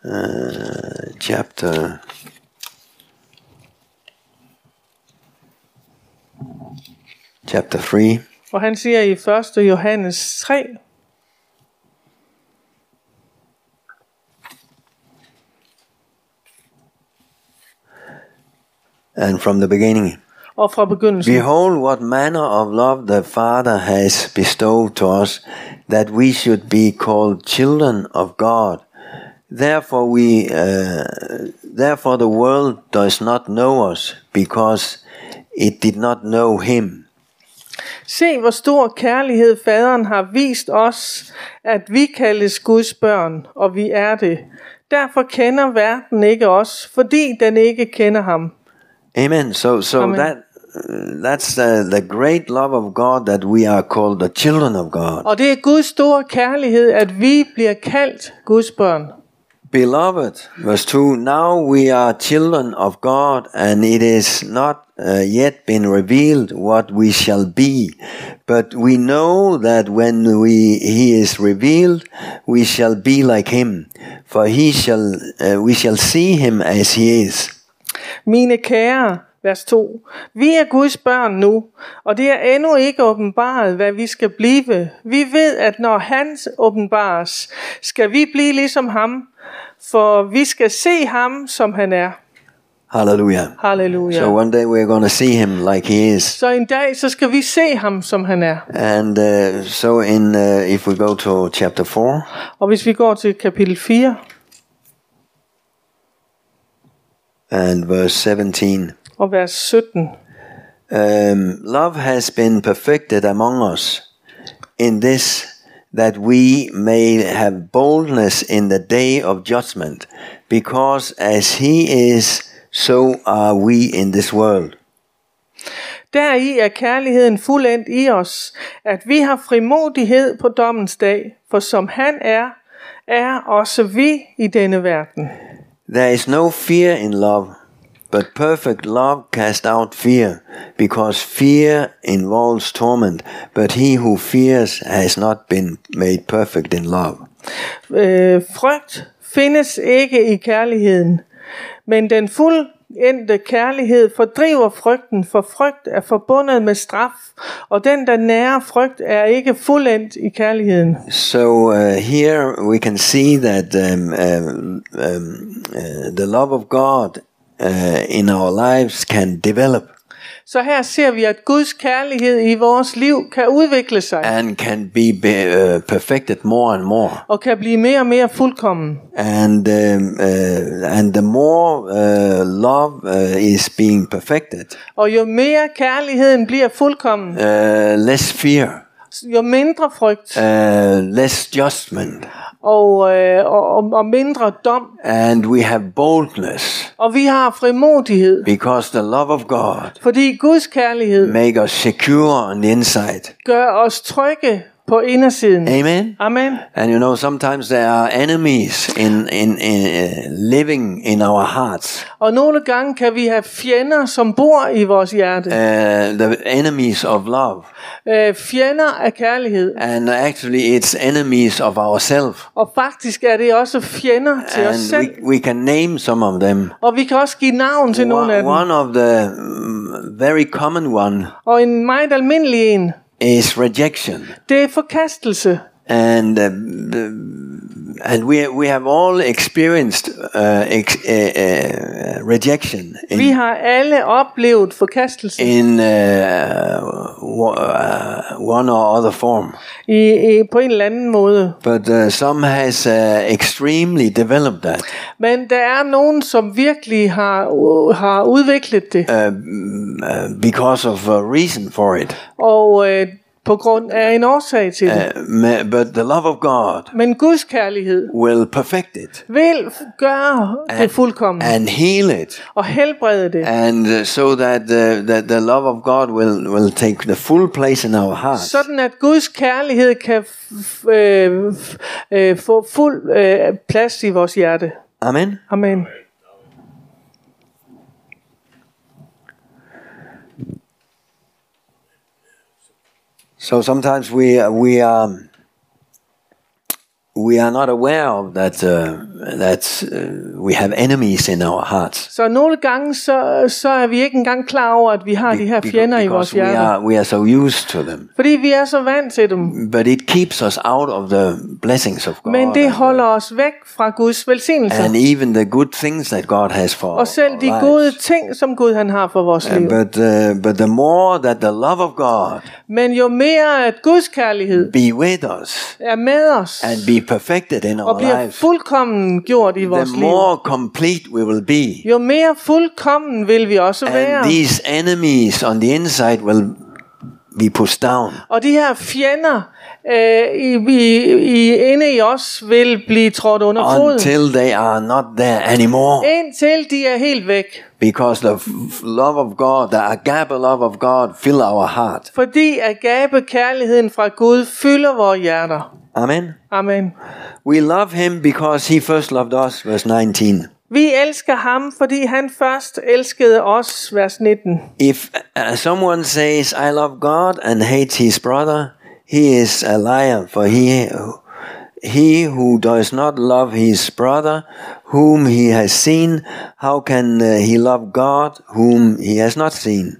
uh, chapter. Chapter 3, og han siger i 1. Johannes 3, and from the beginning. og fra begyndelsen. Behold, what manner of love the Father has bestowed to us, that we should be called children of God. Therefore, we, uh, therefore the world does not know us, because it did not know Him. Se, hvor stor kærlighed faderen har vist os, at vi kaldes Guds børn, og vi er det. Derfor kender verden ikke os, fordi den ikke kender ham. Amen. So, so Amen. that uh, that's uh, the great love of God that we are called the children of God. Og det er Guds store kærlighed, at vi bliver kaldt Guds børn. Beloved, verse 2 Now we are children of God, and it is not uh, yet been revealed what we shall be. But we know that when we, He is revealed, we shall be like Him, for He shall, uh, we shall see Him as He is. Mine kære, vers 2. Vi er Guds børn nu, og det er endnu ikke åbenbaret, hvad vi skal blive. Vi ved, at når han åbenbares, skal vi blive ligesom ham, for vi skal se ham, som han er. Hallelujah. Halleluja. So one day we're going to see Him like He is. Så en dag, så skal vi se ham, som han er. And uh, so, in uh, if we go to chapter 4, Og hvis vi går til kapitel 4 and verse 17. og vers 17. um, love has been perfected among us in this that we may have boldness in the day of judgment because as he is so are we in this world Deri er kærligheden fuldendt i os, at vi har frimodighed på dommens dag, for som han er, er også vi i denne verden. there is no fear in love but perfect love casts out fear because fear involves torment but he who fears has not been made perfect in love Øh, frygt findes ikke i kærligheden, men den fuldendte kærlighed fordriver frygten, for frygt er forbundet med straf, og den, der nærer frygt, er ikke fuldendt i kærligheden. So uh, here we can see that um, um, um, uh, the love of God uh, in our lives can develop Så her ser vi, at Guds kærlighed i vores liv kan udvikle sig and can be, be uh, perfected more and more. og kan blive mere og mere fuldkommen. And um, uh, and the more uh, love uh, is being perfected, Og jo mere kærligheden bliver fuldkommen, uh, less fear, jo mindre frygt uh, less judgment, og, øh, og, og- og mindre dom. and we have boldness Og vi har frimodighed, because the love of God fordi Guds kærlighed make us secure on the inside. gør os trygge på indersiden. Amen. Amen. And you know, sometimes there are enemies in in, in uh, living in our hearts. Og nogle gange kan vi have fjender, som bor i vores hjerte. Uh, the enemies of love, Øh, fjender af kærlighed. and actually, it's enemies of ourselves. Og faktisk er det også fjender til os And selv. we, we can name some of them. Og vi kan også give navn til nogle af One, dem. one of the mm, very common one Og en meget almindelig en, is rejection, det er forkastelse. and uh, the- and we we have all experienced uh, ex, uh, uh, rejection in Vi har alle oplevet forkastelse in uh, w- uh, one or other form. i, i, på en eller anden måde. But uh, some has uh, extremely developed that. Men der er nogen, som virkelig har, uh, har udviklet det. Um, uh, because of a reason for it. Og øh, på grund af en årsag til det. Uh, ma- but the love of God Men Guds kærlighed will perfect it vil f- gøre det fuldkommen and heal it. og helbrede det, And uh, so that, uh, that the love of God will, will take the full place in our hearts. sådan at Guds kærlighed kan f- f- øh, f- øh, få fuld øh, plads i vores hjerte. Amen. Amen. So sometimes we we um, we are not aware of that uh, that uh, we have enemies in our hearts Så nogle gange, så, så er vi ikke engang klar over, at vi har de her Beca- fjender i vores we hjerte. are we are so used to them. Fordi vi er så vant til dem. But it keeps us out of the blessings of God Men det and, uh, holder os væk fra Guds velsignelser. and even the good things that God has for Og selv our de lives. gode ting, som Gud han har for vores Uh, liv. But uh, but the more that the love of God Men jo mere at Guds kærlighed be with us er med os, and be perfected in og our bliver lives, fuldkommen gjort i the vores liv, more complete we will be. jo mere fuldkommen vil vi også være. And these enemies on the inside will be pushed down. Og de her fjender øh, i, i, i, inde i os vil blive trådt under foden, Until they are not there anymore. indtil de er helt væk. Because the f- f- love of God, the agape love of God, fill our heart. Fordi agape kærligheden fra Gud fylder vores hjerter. Amen. Amen. We love him because he first loved us, verse 19. Vi elsker ham, fordi han først elskede os, vers 19. If uh, someone says, I love God and hates his brother, he is a liar, for he, he who does not love his brother, whom he has seen, how can uh, he love God, whom he has not seen?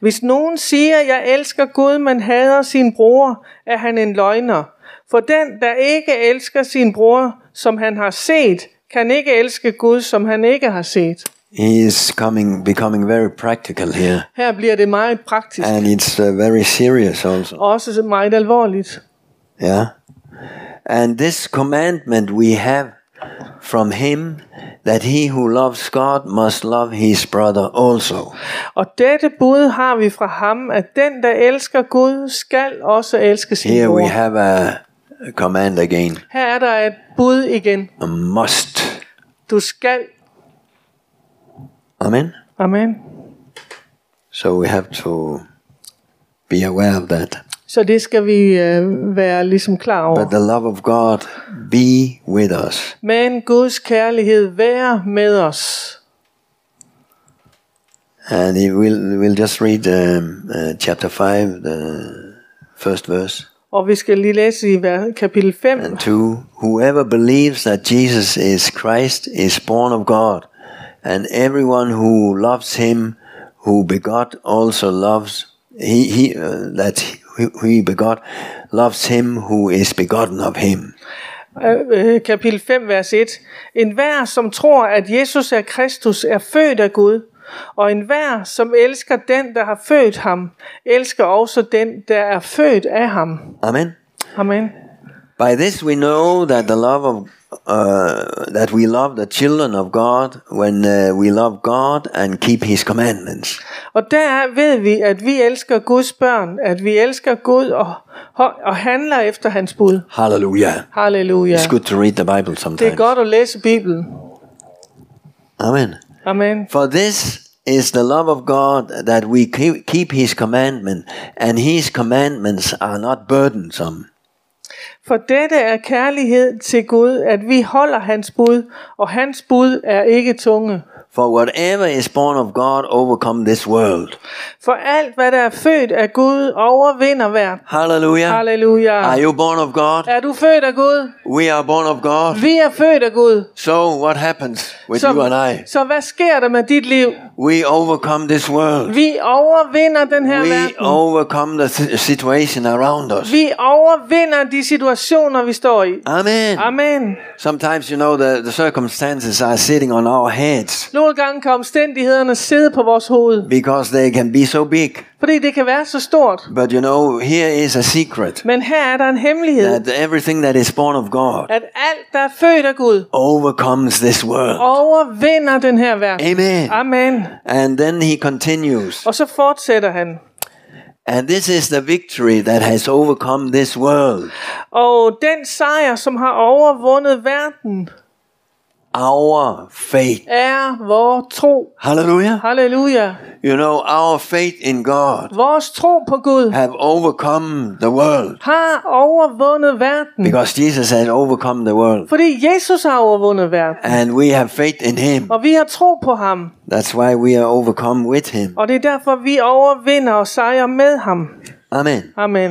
Hvis nogen siger, jeg elsker Gud, men hader sin bror, er han en løgner. For den, der ikke elsker sin bror, som han har set, kan ikke elske Gud, som han ikke har set. He is coming, becoming very practical here, Her bliver det meget praktisk, and it's uh, very serious also. og også meget alvorligt. Yeah. And this commandment we have from him that he who loves God must love his brother also. Og dette bud har vi fra ham, at den, der elsker Gud, skal også elske sin Here we bror. have a, a command again Her er der et bud igen. a must. Du skal. Amen. Amen. So we have to be aware of that. Så det skal vi øh, være ligesom klar But over. the love of God be with us. Men Guds kærlighed være med os. And it will, we'll just read um, uh, chapter 5, the first verse. Og vi skal lige læse i vers- kapitel 5. And 2 Whoever believes that Jesus is Christ is born of God, and everyone who loves him who begot also loves he, he uh, that he, he begot loves him who is begotten of him. Øh, øh, kapitel 5, vers 1. En hver, som tror, at Jesus er Kristus, er født af Gud. Og en hver, som elsker den, der har født ham, elsker også den, der er født af ham. Amen. Amen. By this we know that the love of uh, that we love the children of God when uh, we love God and keep His commandments. Og der ved vi, at vi elsker Guds børn, at vi elsker Gud og, og handler efter hans bud. Hallelujah. Halleluja. It's good to read the Bible Det er sometimes. godt at læse Bibelen. Amen. Amen. For this is the love of God that we keep, keep His commandment, and His commandments are not burdensome. For dette er kærlighed til Gud, at vi holder hans bud, og hans bud er ikke tunge. For whatever is born of God overcome this world. For alt, hvad der er født af Gud, overvinder hvert. Hallelujah. Are Halleluja. you born of God? Er du født af Gud? We are born of God. Vi er født af Gud. So what happens with you and Så, I? så hvad sker der med dit liv? We overcome this world. Vi overvinder den her We verden. overcome the si- situation around us. Vi overvinder de situationer, vi står i. Amen. Amen. Sometimes you know the, the circumstances are sitting on our heads Nogle gange kan omstændighederne sidde på vores hoved, because they can be so big. fordi det kan være så stort. But you know, here is a secret Men her er der en hemmelighed, that everything that is born of God at alt, der er født af Gud, overcomes this Oh. world. overvinder den her verden. Amen. Amen. Oh. And then he continues, Og så fortsætter han. And this is the victory that has overcome this world Og den sejr, som har overvundet verden, our faith. er vor tro. Hallelujah. Halleluja. You know, our faith in God Vores tro på Gud have overcome the world har overvundet verden. because Jesus has overcome the world. Fordi Jesus har overvundet verden. And we have faith in Him. Og vi har tro på ham. That's why we are overcome with Him. Og det er derfor, vi overvinder og sejrer med ham. Amen. Amen.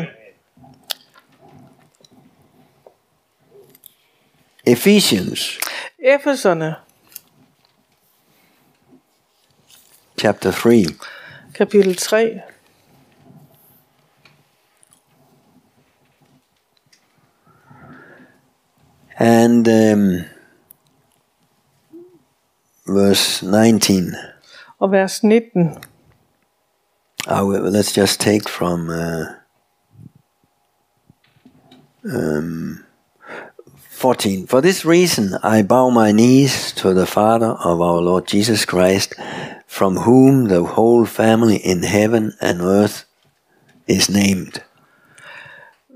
Ephesians Efeserne, chapter 3. kapitel 3. And um, verse 19. og vers 19. I will, let's just take from uh, um, 14. um, For this reason, I bow my knees to the Father of our Lord Jesus Christ, from whom the whole family in heaven and earth is named.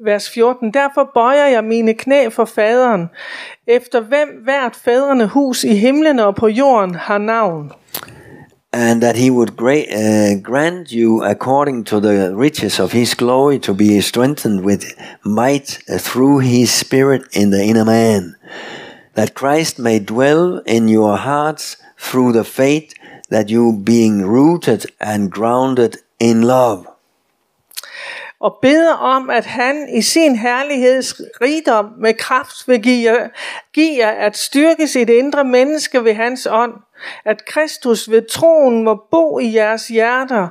Vers 14. Derfor bøjer jeg mine knæ for faderen, efter hvem hvert fædrene hus i himlen og på jorden har navn. and that he would gra- uh, grant you according to the riches of his glory to be strengthened with might uh, through his spirit in the inner man that christ may dwell in your hearts through the faith that you being rooted and grounded in love Og beder om, at han i sin herligheds rigdom med kraft vil give jer, give jer at styrke sit indre menneske ved hans ånd, at Kristus ved troen må bo i jeres hjerter,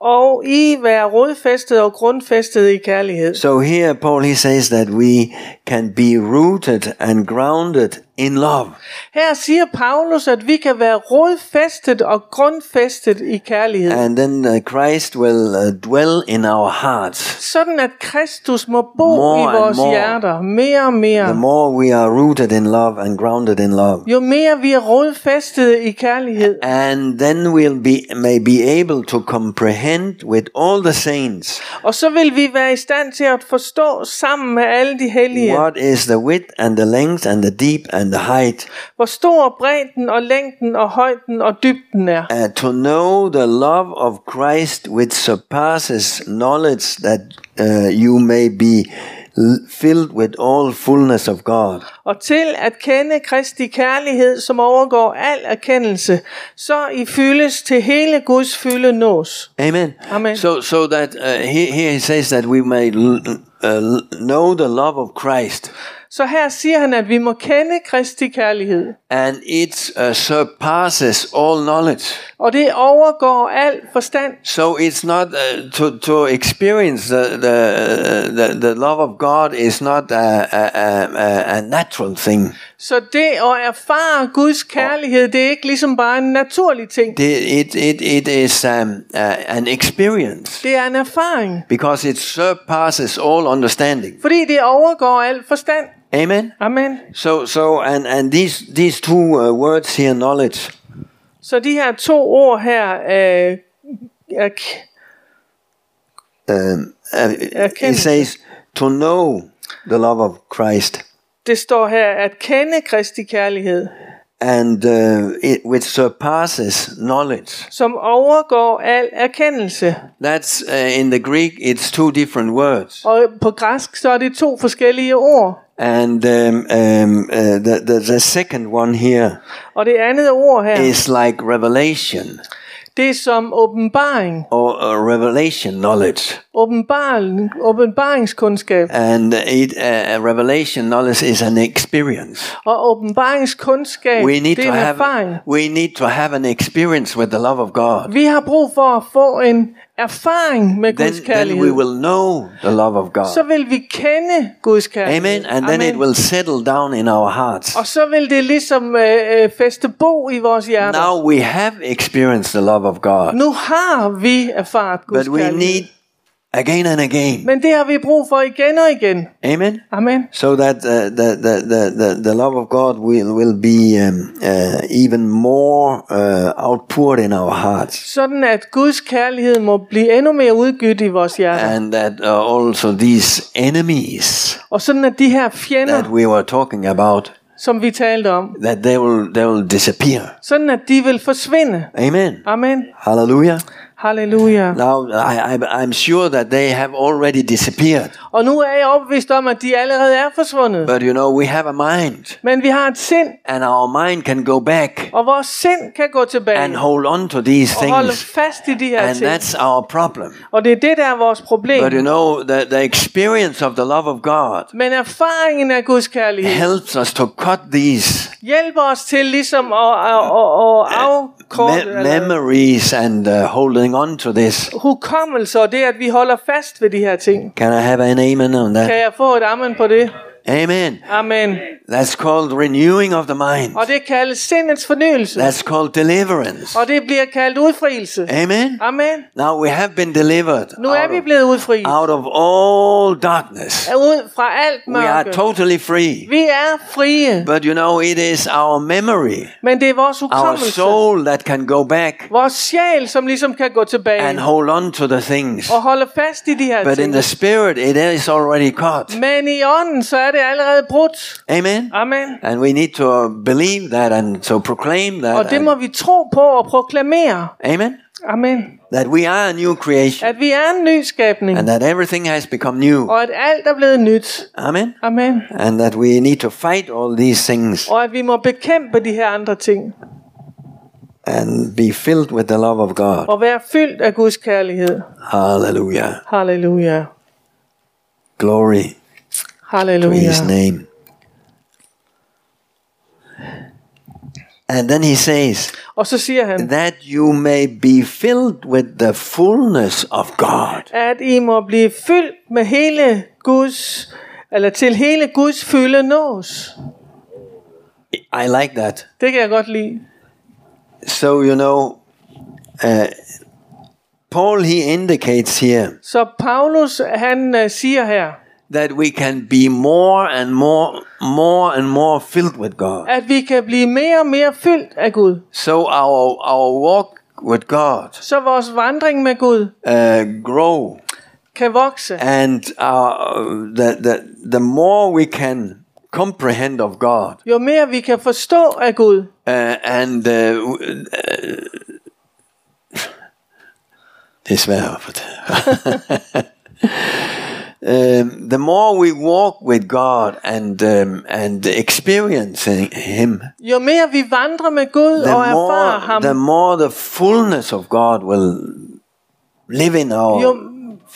og I være rodfæstet og grundfæstet i kærlighed. so here paul he says that we can be rooted and grounded in love Her siger Paulus, at vi kan være rodfæstet og grundfæstet i kærlighed. and then uh, christ will uh, dwell in our hearts Sådan at Kristus må bo More i and vores more. hjerter mere og The mere. more we are rooted in love and grounded in love, Jo mere vi er rodfæstet i kærlighed, and then we'll be may be able to comprehend with all the saints og så vil vi være i stand til at forstå sammen med alle de hellige, what is the width and the length and the deep and the height, hvor stor bredden og længden og højden og dybden er. uh, to know the love of Christ which surpasses knowledge, that uh, you may be l- filled with all fullness of God. Og til at kende Kristi kærlighed, som overgår al erkendelse, så I fyldes til hele Guds fylde nås. Amen. Amen. So, so that uh, he, here he says that we may l- uh, l- know the love of Christ. Så her siger han, at vi må kende Kristi kærlighed, and it uh, surpasses all knowledge. og det overgår al forstand. So it's not uh, to to experience the the, uh, the the love of God is not a, a, a, a natural thing. Så det at erfare Guds kærlighed, det er ikke ligesom bare en naturlig ting. The- It it it is um, uh, an experience Det er en erfaring, because it surpasses all understanding. fordi det overgår al forstand. Amen. Amen. So so and and these these two uh, words here, knowledge. Så de her to ord her, øh, er k- Um, uh, it Erkendelse. says to know the love of Christ. det står her, at kende Kristi kærlighed, and uh, it, which surpasses knowledge. som overgår al erkendelse. That's uh, in the Greek. It's two different words, Og på græsk, så er det to forskellige ord. and um, um, uh, the, the the second one here Og det andet ord her, is like revelation det er som åbenbaring. or uh, revelation knowledge, åbenbaring, åbenbaringskundskab. and it uh, revelation knowledge is an experience. Og åbenbaringskundskab, We need det er to en have erfaring. we need to have an experience with the love of God. Vi har brug for at få en erfaring med Guds Then, then we kærlighed. will know the love of Så God. vil vi kende Guds kærlighed. Amen. And then it Amen. will settle down in our hearts. Og så vil det ligesom øh, øh, feste bo i vores hjerter. Now we have experienced the love of God, Nu har vi erfaret Guds but we kærlighed. need again and again. Men det har vi brug for igen og igen. Amen. Amen. So that uh, the, the, the, the, the love of God will, will be um, uh, even more uh, outpoured in our hearts. Sådan at Guds kærlighed må blive endnu mere udgydt i vores hjerter. And that uh, also these enemies Og sådan at de her fjender, that we were talking about, som vi talte om, that they will, they will disappear. sådan at de vil forsvinde. Amen. Amen. Hallelujah. Halleluja. Now, I, I, I'm sure that they have already disappeared. Og nu er jeg overbevist om, at de allerede er forsvundet. But you know, we have a mind. Men vi har et sind, And our mind can go back og vores sind kan gå tilbage and hold on to these og holde things. fast i de her And ting. that's our problem. Og det er det, der er vores problem. But you know, the, the experience of the love of God Men erfaringen af Guds kærlighed helps us to cut these hjælper os til ligesom at, at, at, Uh, at afkorte me- eller memories and uh, holding on to this. hukommelse, og det at vi holder fast ved de her ting. Can I have an amen on Kan that? jeg få et amen på det? Amen. Amen. That's called renewing of the mind. Og det kaldes sindets fornyelse. That's called deliverance. Og det bliver kaldt udfrielse. Amen. Amen. Now we have been delivered Nu er out vi of, blevet udfriet. out of all darkness. Ud fra alt We are mørke. totally free. Vi er frie. But you know, it is our memory, Men det er vores our hukommelse. soul that can go back Vores sjæl, som ligesom kan gå and tilbage. hold on to the things. Og holde fast i de her But in ting. the spirit, it is already caught. Men i ånden, så er det allerede brudt. Amen. Amen. And we need to uh, believe that and to proclaim Og that. det må and- vi tro på og proklamere. amen. Amen. That we are a new creation At vi er en ny skabning. and that everything has become new. Og at alt er blevet nyt. Amen. Amen. And that we need to fight all these things Og at vi må bekæmpe de her andre ting. and be filled with the love of God. Og være fyldt af Guds kærlighed. Hallelujah. Halleluja. Glory to Halleluja. his name. And then he says, Og så siger han, that you may be filled with the fullness of God. at I må blive fyldt med hele Guds, eller til hele Guds fylde nås. I like that. Det kan jeg godt lide. So you know, uh, Paul he indicates here Så Paulus, han øh, siger her, that we can be more and more, more and more filled with God. at vi kan blive mere og mere fyldt af Gud. So our our walk with God Så vores vandring med Gud uh, grow, kan vokse. and uh, the the the more we can comprehend of God, Jo mere vi kan forstå af Gud, uh, and. Uh, w- uh, det er svært at fortælle. um, the more we walk with God and um, and experiencing Him, jo mere vi vandrer med Gud the og erfarer more ham, the more the fullness of God will live in our Jo-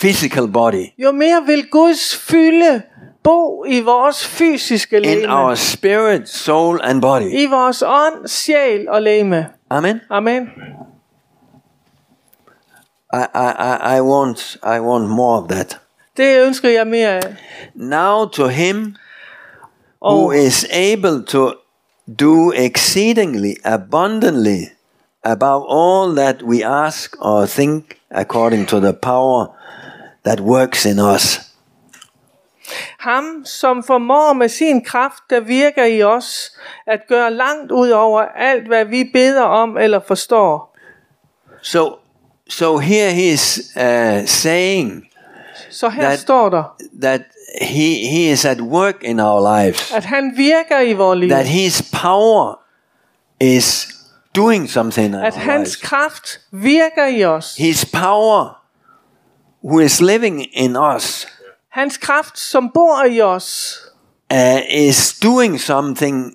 physical body, jo mere vil Guds fylde bo i vores fysiske in legeme. our spirit, soul, and body. I vores ånd, sjæl og legeme. Amen. Amen. I I I- I want I want more of that. Det ønsker jeg mere af. Now to Him who Og, is able to do exceedingly abundantly above all that we ask or think according to the power that works in us. Ham, som formår med sin kraft, der virker i os, at gøre langt ud over alt, hvad vi beder om eller forstår. So, so here he is uh, saying Så her That- står der, that he, he is at work in our lives, at han virker i vores liv. that his power is doing something in At our hans lives. kraft virker i os. His power, who is living in us, Hans kraft, som bor i os, uh, is doing something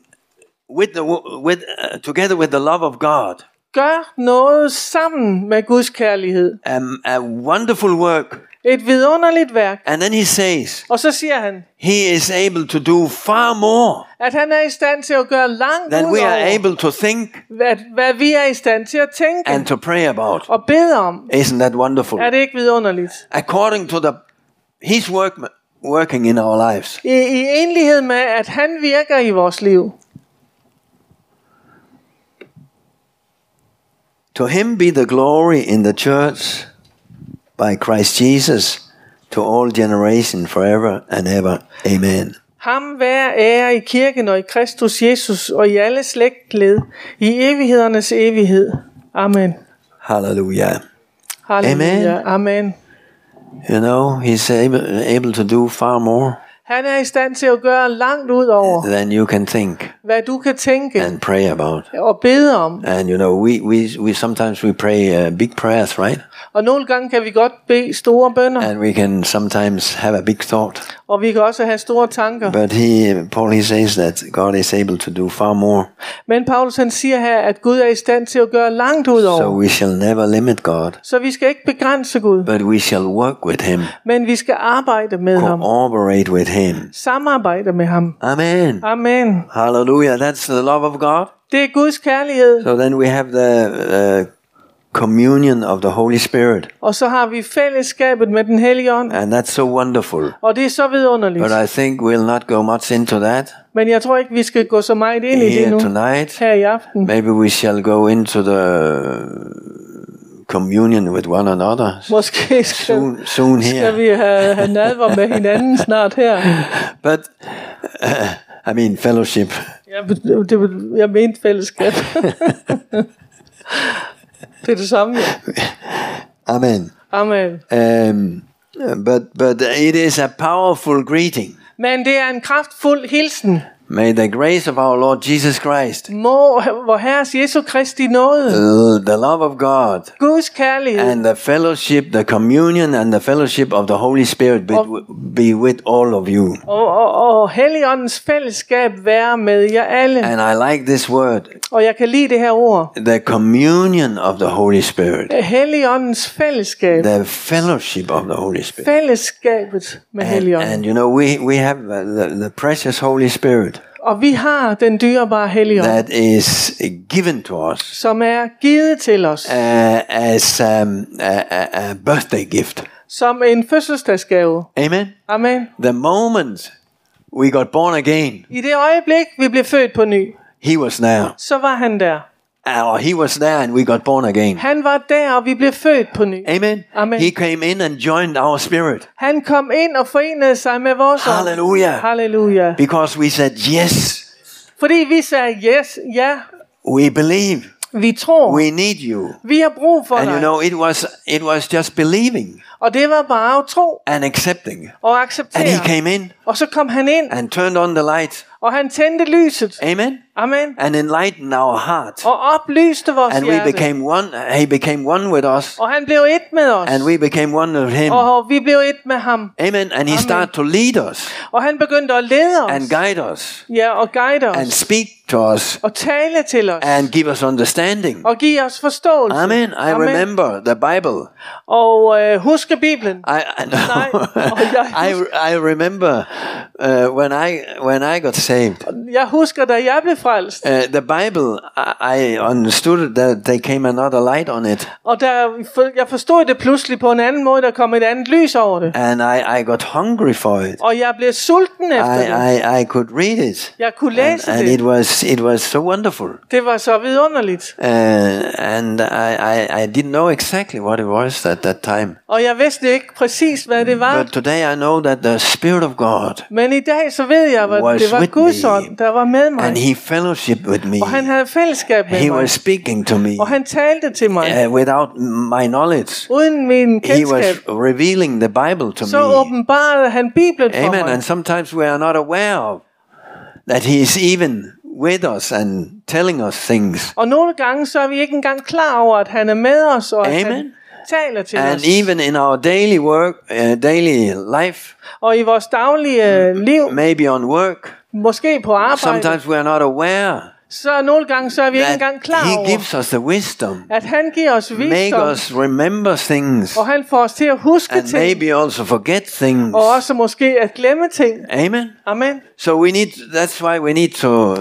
with the wo- with uh, together with the love of God, gør noget sammen med Guds kærlighed. um, a wonderful work. Et vidunderligt værk. And then he says Og så siger han, he is able to do far more at han er i stand til at gøre langt ud than we are over, able to think hvad, hvad vi er i stand til at tænke and to pray about. og bede om. Isn't that wonderful? Er det ikke vidunderligt? According to the his work working in our lives. I, I enlighed med, at han virker i vores liv. To him be the glory in the church by Christ Jesus to all generation forever and ever. Amen. Ham være ære i kirken og i Kristus Jesus og i alle slægtled, i evighedernes evighed. Amen. Hallelujah. Halleluja. Amen. Amen. You know, he's able, able to do far more Han er i stand til at gøre langt ud over, than you can think hvad du kan tænke and pray about. og bede om. And you know, we, we, we sometimes we pray uh, big prayers, right? Og nogle gange kan vi godt bede store bønder, And we can sometimes have a big thought. og vi kan også have store tanker. But he, Paul, he says that God is able to do far more. Men Paulus han siger her, at Gud er i stand til at gøre langt ud So over. we shall never limit God, Så vi skal ikke begrænse Gud, but we shall work with Him, men vi skal arbejde med ham. cooperate with Him. Samarbejde med ham. Amen. Amen. Hallelujah. That's the love of God. Det er Guds kærlighed, So then we have the uh, communion of the Holy Spirit, og så har vi fællesskabet med den hellige ånd. and that's so wonderful. Og det er så vidunderligt. But I think we'll not go much into that Men jeg tror ikke, vi skal gå så meget ind i det here nu, tonight. her i aften. Maybe we shall go into the communion with one another Måske skal, soon, soon skal here. vi have, have nadver med hinanden snart her. But uh, I mean, fellowship. Jeg, det, jeg mente fællesskab. det er det samme. ja. Amen. Amen. Um, but but it is a powerful greeting. Men det er en kraftfuld hilsen. May the grace of our Lord Jesus Christ, Må vor Herres Jesu Kristi nåde, uh, the love of God, Guds kærlighed and the fellowship, the communion, and the fellowship of the Holy Spirit be, be with all of you. og, og, og Helligåndens fællesskab være med jer alle. And I like this word, Og jeg kan lide det her ord. the communion of the Holy Spirit, Helligåndens fællesskab. the fellowship of the Holy Spirit. Fællesskabet med And, Helligånden. and you know, we, we have uh, the, the precious Holy Spirit Og vi har den dyrebare Helligånd, that is given to us som er givet til os uh, as um, a, a, a birthday gift. som en fødselsdagsgave. Amen. Amen. The moment we got born again, I det øjeblik, vi blev født på ny, He was there. så var han der. Uh, Or He was there and we got born again. Han var der, og vi blev født på ny. Amen. Amen. He came in and joined our spirit Han kom ind og forenede sig med vores ånd. Halleluja. Halleluja. because we said, Yes, Fordi vi sagde, yes, ja, we believe. vi tror, We need you. vi har brug for And you dig. know, it was it was just believing Og det var bare at tro and accepting. og And he acceptere. came in Og så kom han ind, and turned on the light. og han tændte lyset. Amen. Amen. And enlightened our heart. Og oplyste vores And we hjerte. became one he became one with us. Og han blev et med os. And we became one with him. Og vi blev et med ham. Oh, Amen. And he started to lead us Og han begyndte at lede os. and guide us ja, og guide os. and speak to us og tale til os. and give us understanding. og give os forståelse. Amen. I remember the Bible. Og øh, huske Bibelen. I I, know. Nej. Og jeg I, I remember uh, when I when I got saved. Jeg husker, da jeg blev frelst. Uh, the Bible, I, I understood that there came another light on it, Og der, jeg forstod det pludselig på en anden måde. Der kom et andet lys over det. and I, I got hungry for it. Og jeg blev sulten efter I, det. I, I could read it, Jeg kunne and, læse and det. it was it was so wonderful. Det var så vidunderligt. Uh, and I, I, I didn't know exactly what it was at that time. Og jeg vidste ikke præcis, hvad det var. But today I know that the Spirit of God, Men i dag, så ved jeg, hvad Was det var with Guds me. ånd, der var med mig. and He fellowship with me. og han havde fællesskab med He mig. was speaking to me Og han talte til mig. uh, without my knowledge. Uden min He kendskab, was revealing the Bible to så me. åbenbarede han Bibelen for Amen. mig. And sometimes we are not aware of that He is even with us and telling us things. Og nogle gange, så er vi ikke engang klar over, at han er med os, og at Amen. han taler til And os. even in our daily work, uh, daily life, Og i vores daglige liv, maybe on work, måske på arbejde, Mm, sometimes we are not aware så nogle gange, så er vi ikke engang that klar He over, gives us the wisdom, at han giver os make visdom, us remember things, og han får os til at huske and ting, maybe also forget things. og også måske at glemme ting. Amen. Amen. So we need. That's why we need to uh,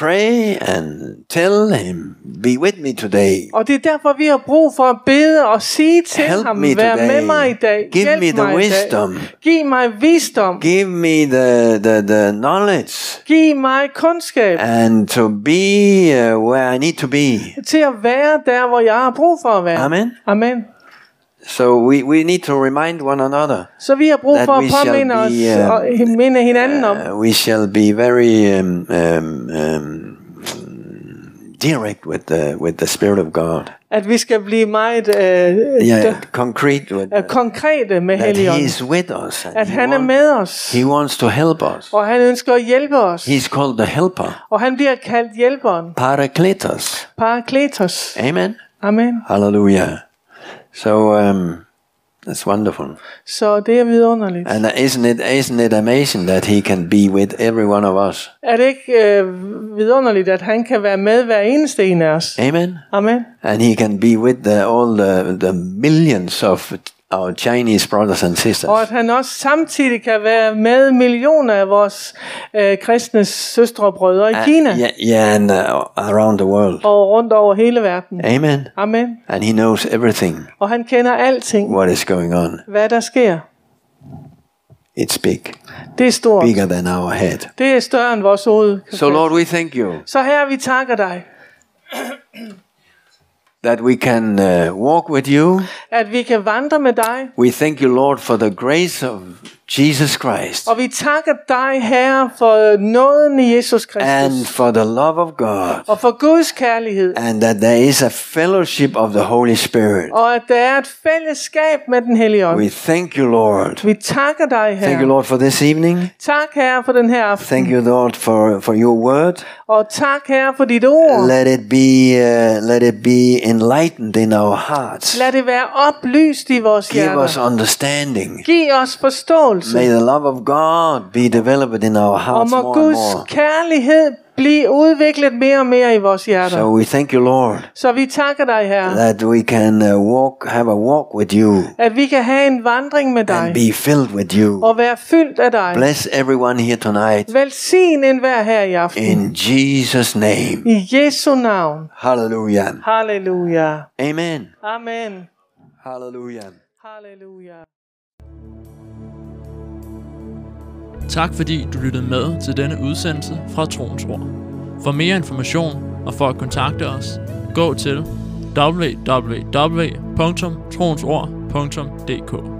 pray and tell Him, "Be with me today. Og det er derfor, vi har brug for at bede og sige til Help ham, me vær today. med mig i dag, Give hjælp me the mig wisdom. i dag, giv mig visdom, Give me the the, the knowledge giv mig kundskab and to be uh, where I need to be." til at være der, hvor jeg har brug for at være. Amen. Amen. So we, we need to remind one another. Så vi har brug That for at we shall påminde be, os øh, og minde hinanden om, Uh, we shall be very um, um, um, direct with the with the Spirit of God. at vi skal blive meget øh, Yeah, yeah. concrete with øh, konkrete med that He Helligånden. is with us. and At he, han er want- med os, he wants to help us. og han ønsker at hjælpe os. He's called the Helper, Og han bliver kaldt hjælperen, Parakletos. Parakletos. Amen. Amen. Hallelujah. So um, that's wonderful. Så det er vidunderligt. And isn't it isn't it amazing that He can be with every one of us? Er det ikke øh, vidunderligt, at han kan være med hver eneste en af os? Amen. Amen. And he can be with the, all the, the millions of our Chinese brothers and sisters. Og at han også samtidig kan være med millioner af vores øh, kristne søstre og brødre i Uh, Kina yeah, yeah, and uh, around the world. og rundt over hele verden. Amen. Amen. And he knows everything Og han kender alting, what is going on. hvad der sker. It's big, Det er stort. bigger than our head. Det er større end vores hoved. So Lord, we thank you Så her vi takker dig, that we can uh, walk with you. at vi kan vandre med dig. We thank you, Lord, for the grace of Jesus Christ Og vi takker dig, Herre, for nåden i Jesus Kristus. and for the love of God, Og for Guds kærlighed. and that there is a fellowship of the Holy Spirit. Og at der er et fællesskab med den hellige ånd. We thank you, Lord. Vi takker dig, Thank you, Herre. Lord, for this evening. Tak, Herre, for den her aften. Thank you, Lord, for, for your word. Og tak, Herre, for dit ord. Let it be, uh, let it be enlightened in our hearts. Lad det være oplyst i vores Give us hjerter. understanding. Giv os forståelse. May the love of God be developed in our Og hearts må more and Guds more. kærlighed blive udviklet mere og mere i vores So hjerter. we thank you, Lord, Så vi takker dig, Herre, that we can uh, walk, have a walk with you at vi kan have en vandring med dig. and be filled with you. Og være fyldt af dig. Bless everyone here tonight Velsign enhver her i aften. in Jesus' name. I Jesu navn. Hallelujah. Halleluja. Amen. Amen. Hallelujah. Halleluja. Tak fordi du lyttede med til denne udsendelse fra Troens Ord. For mere information og for at kontakte os, gå til www.troensord.dk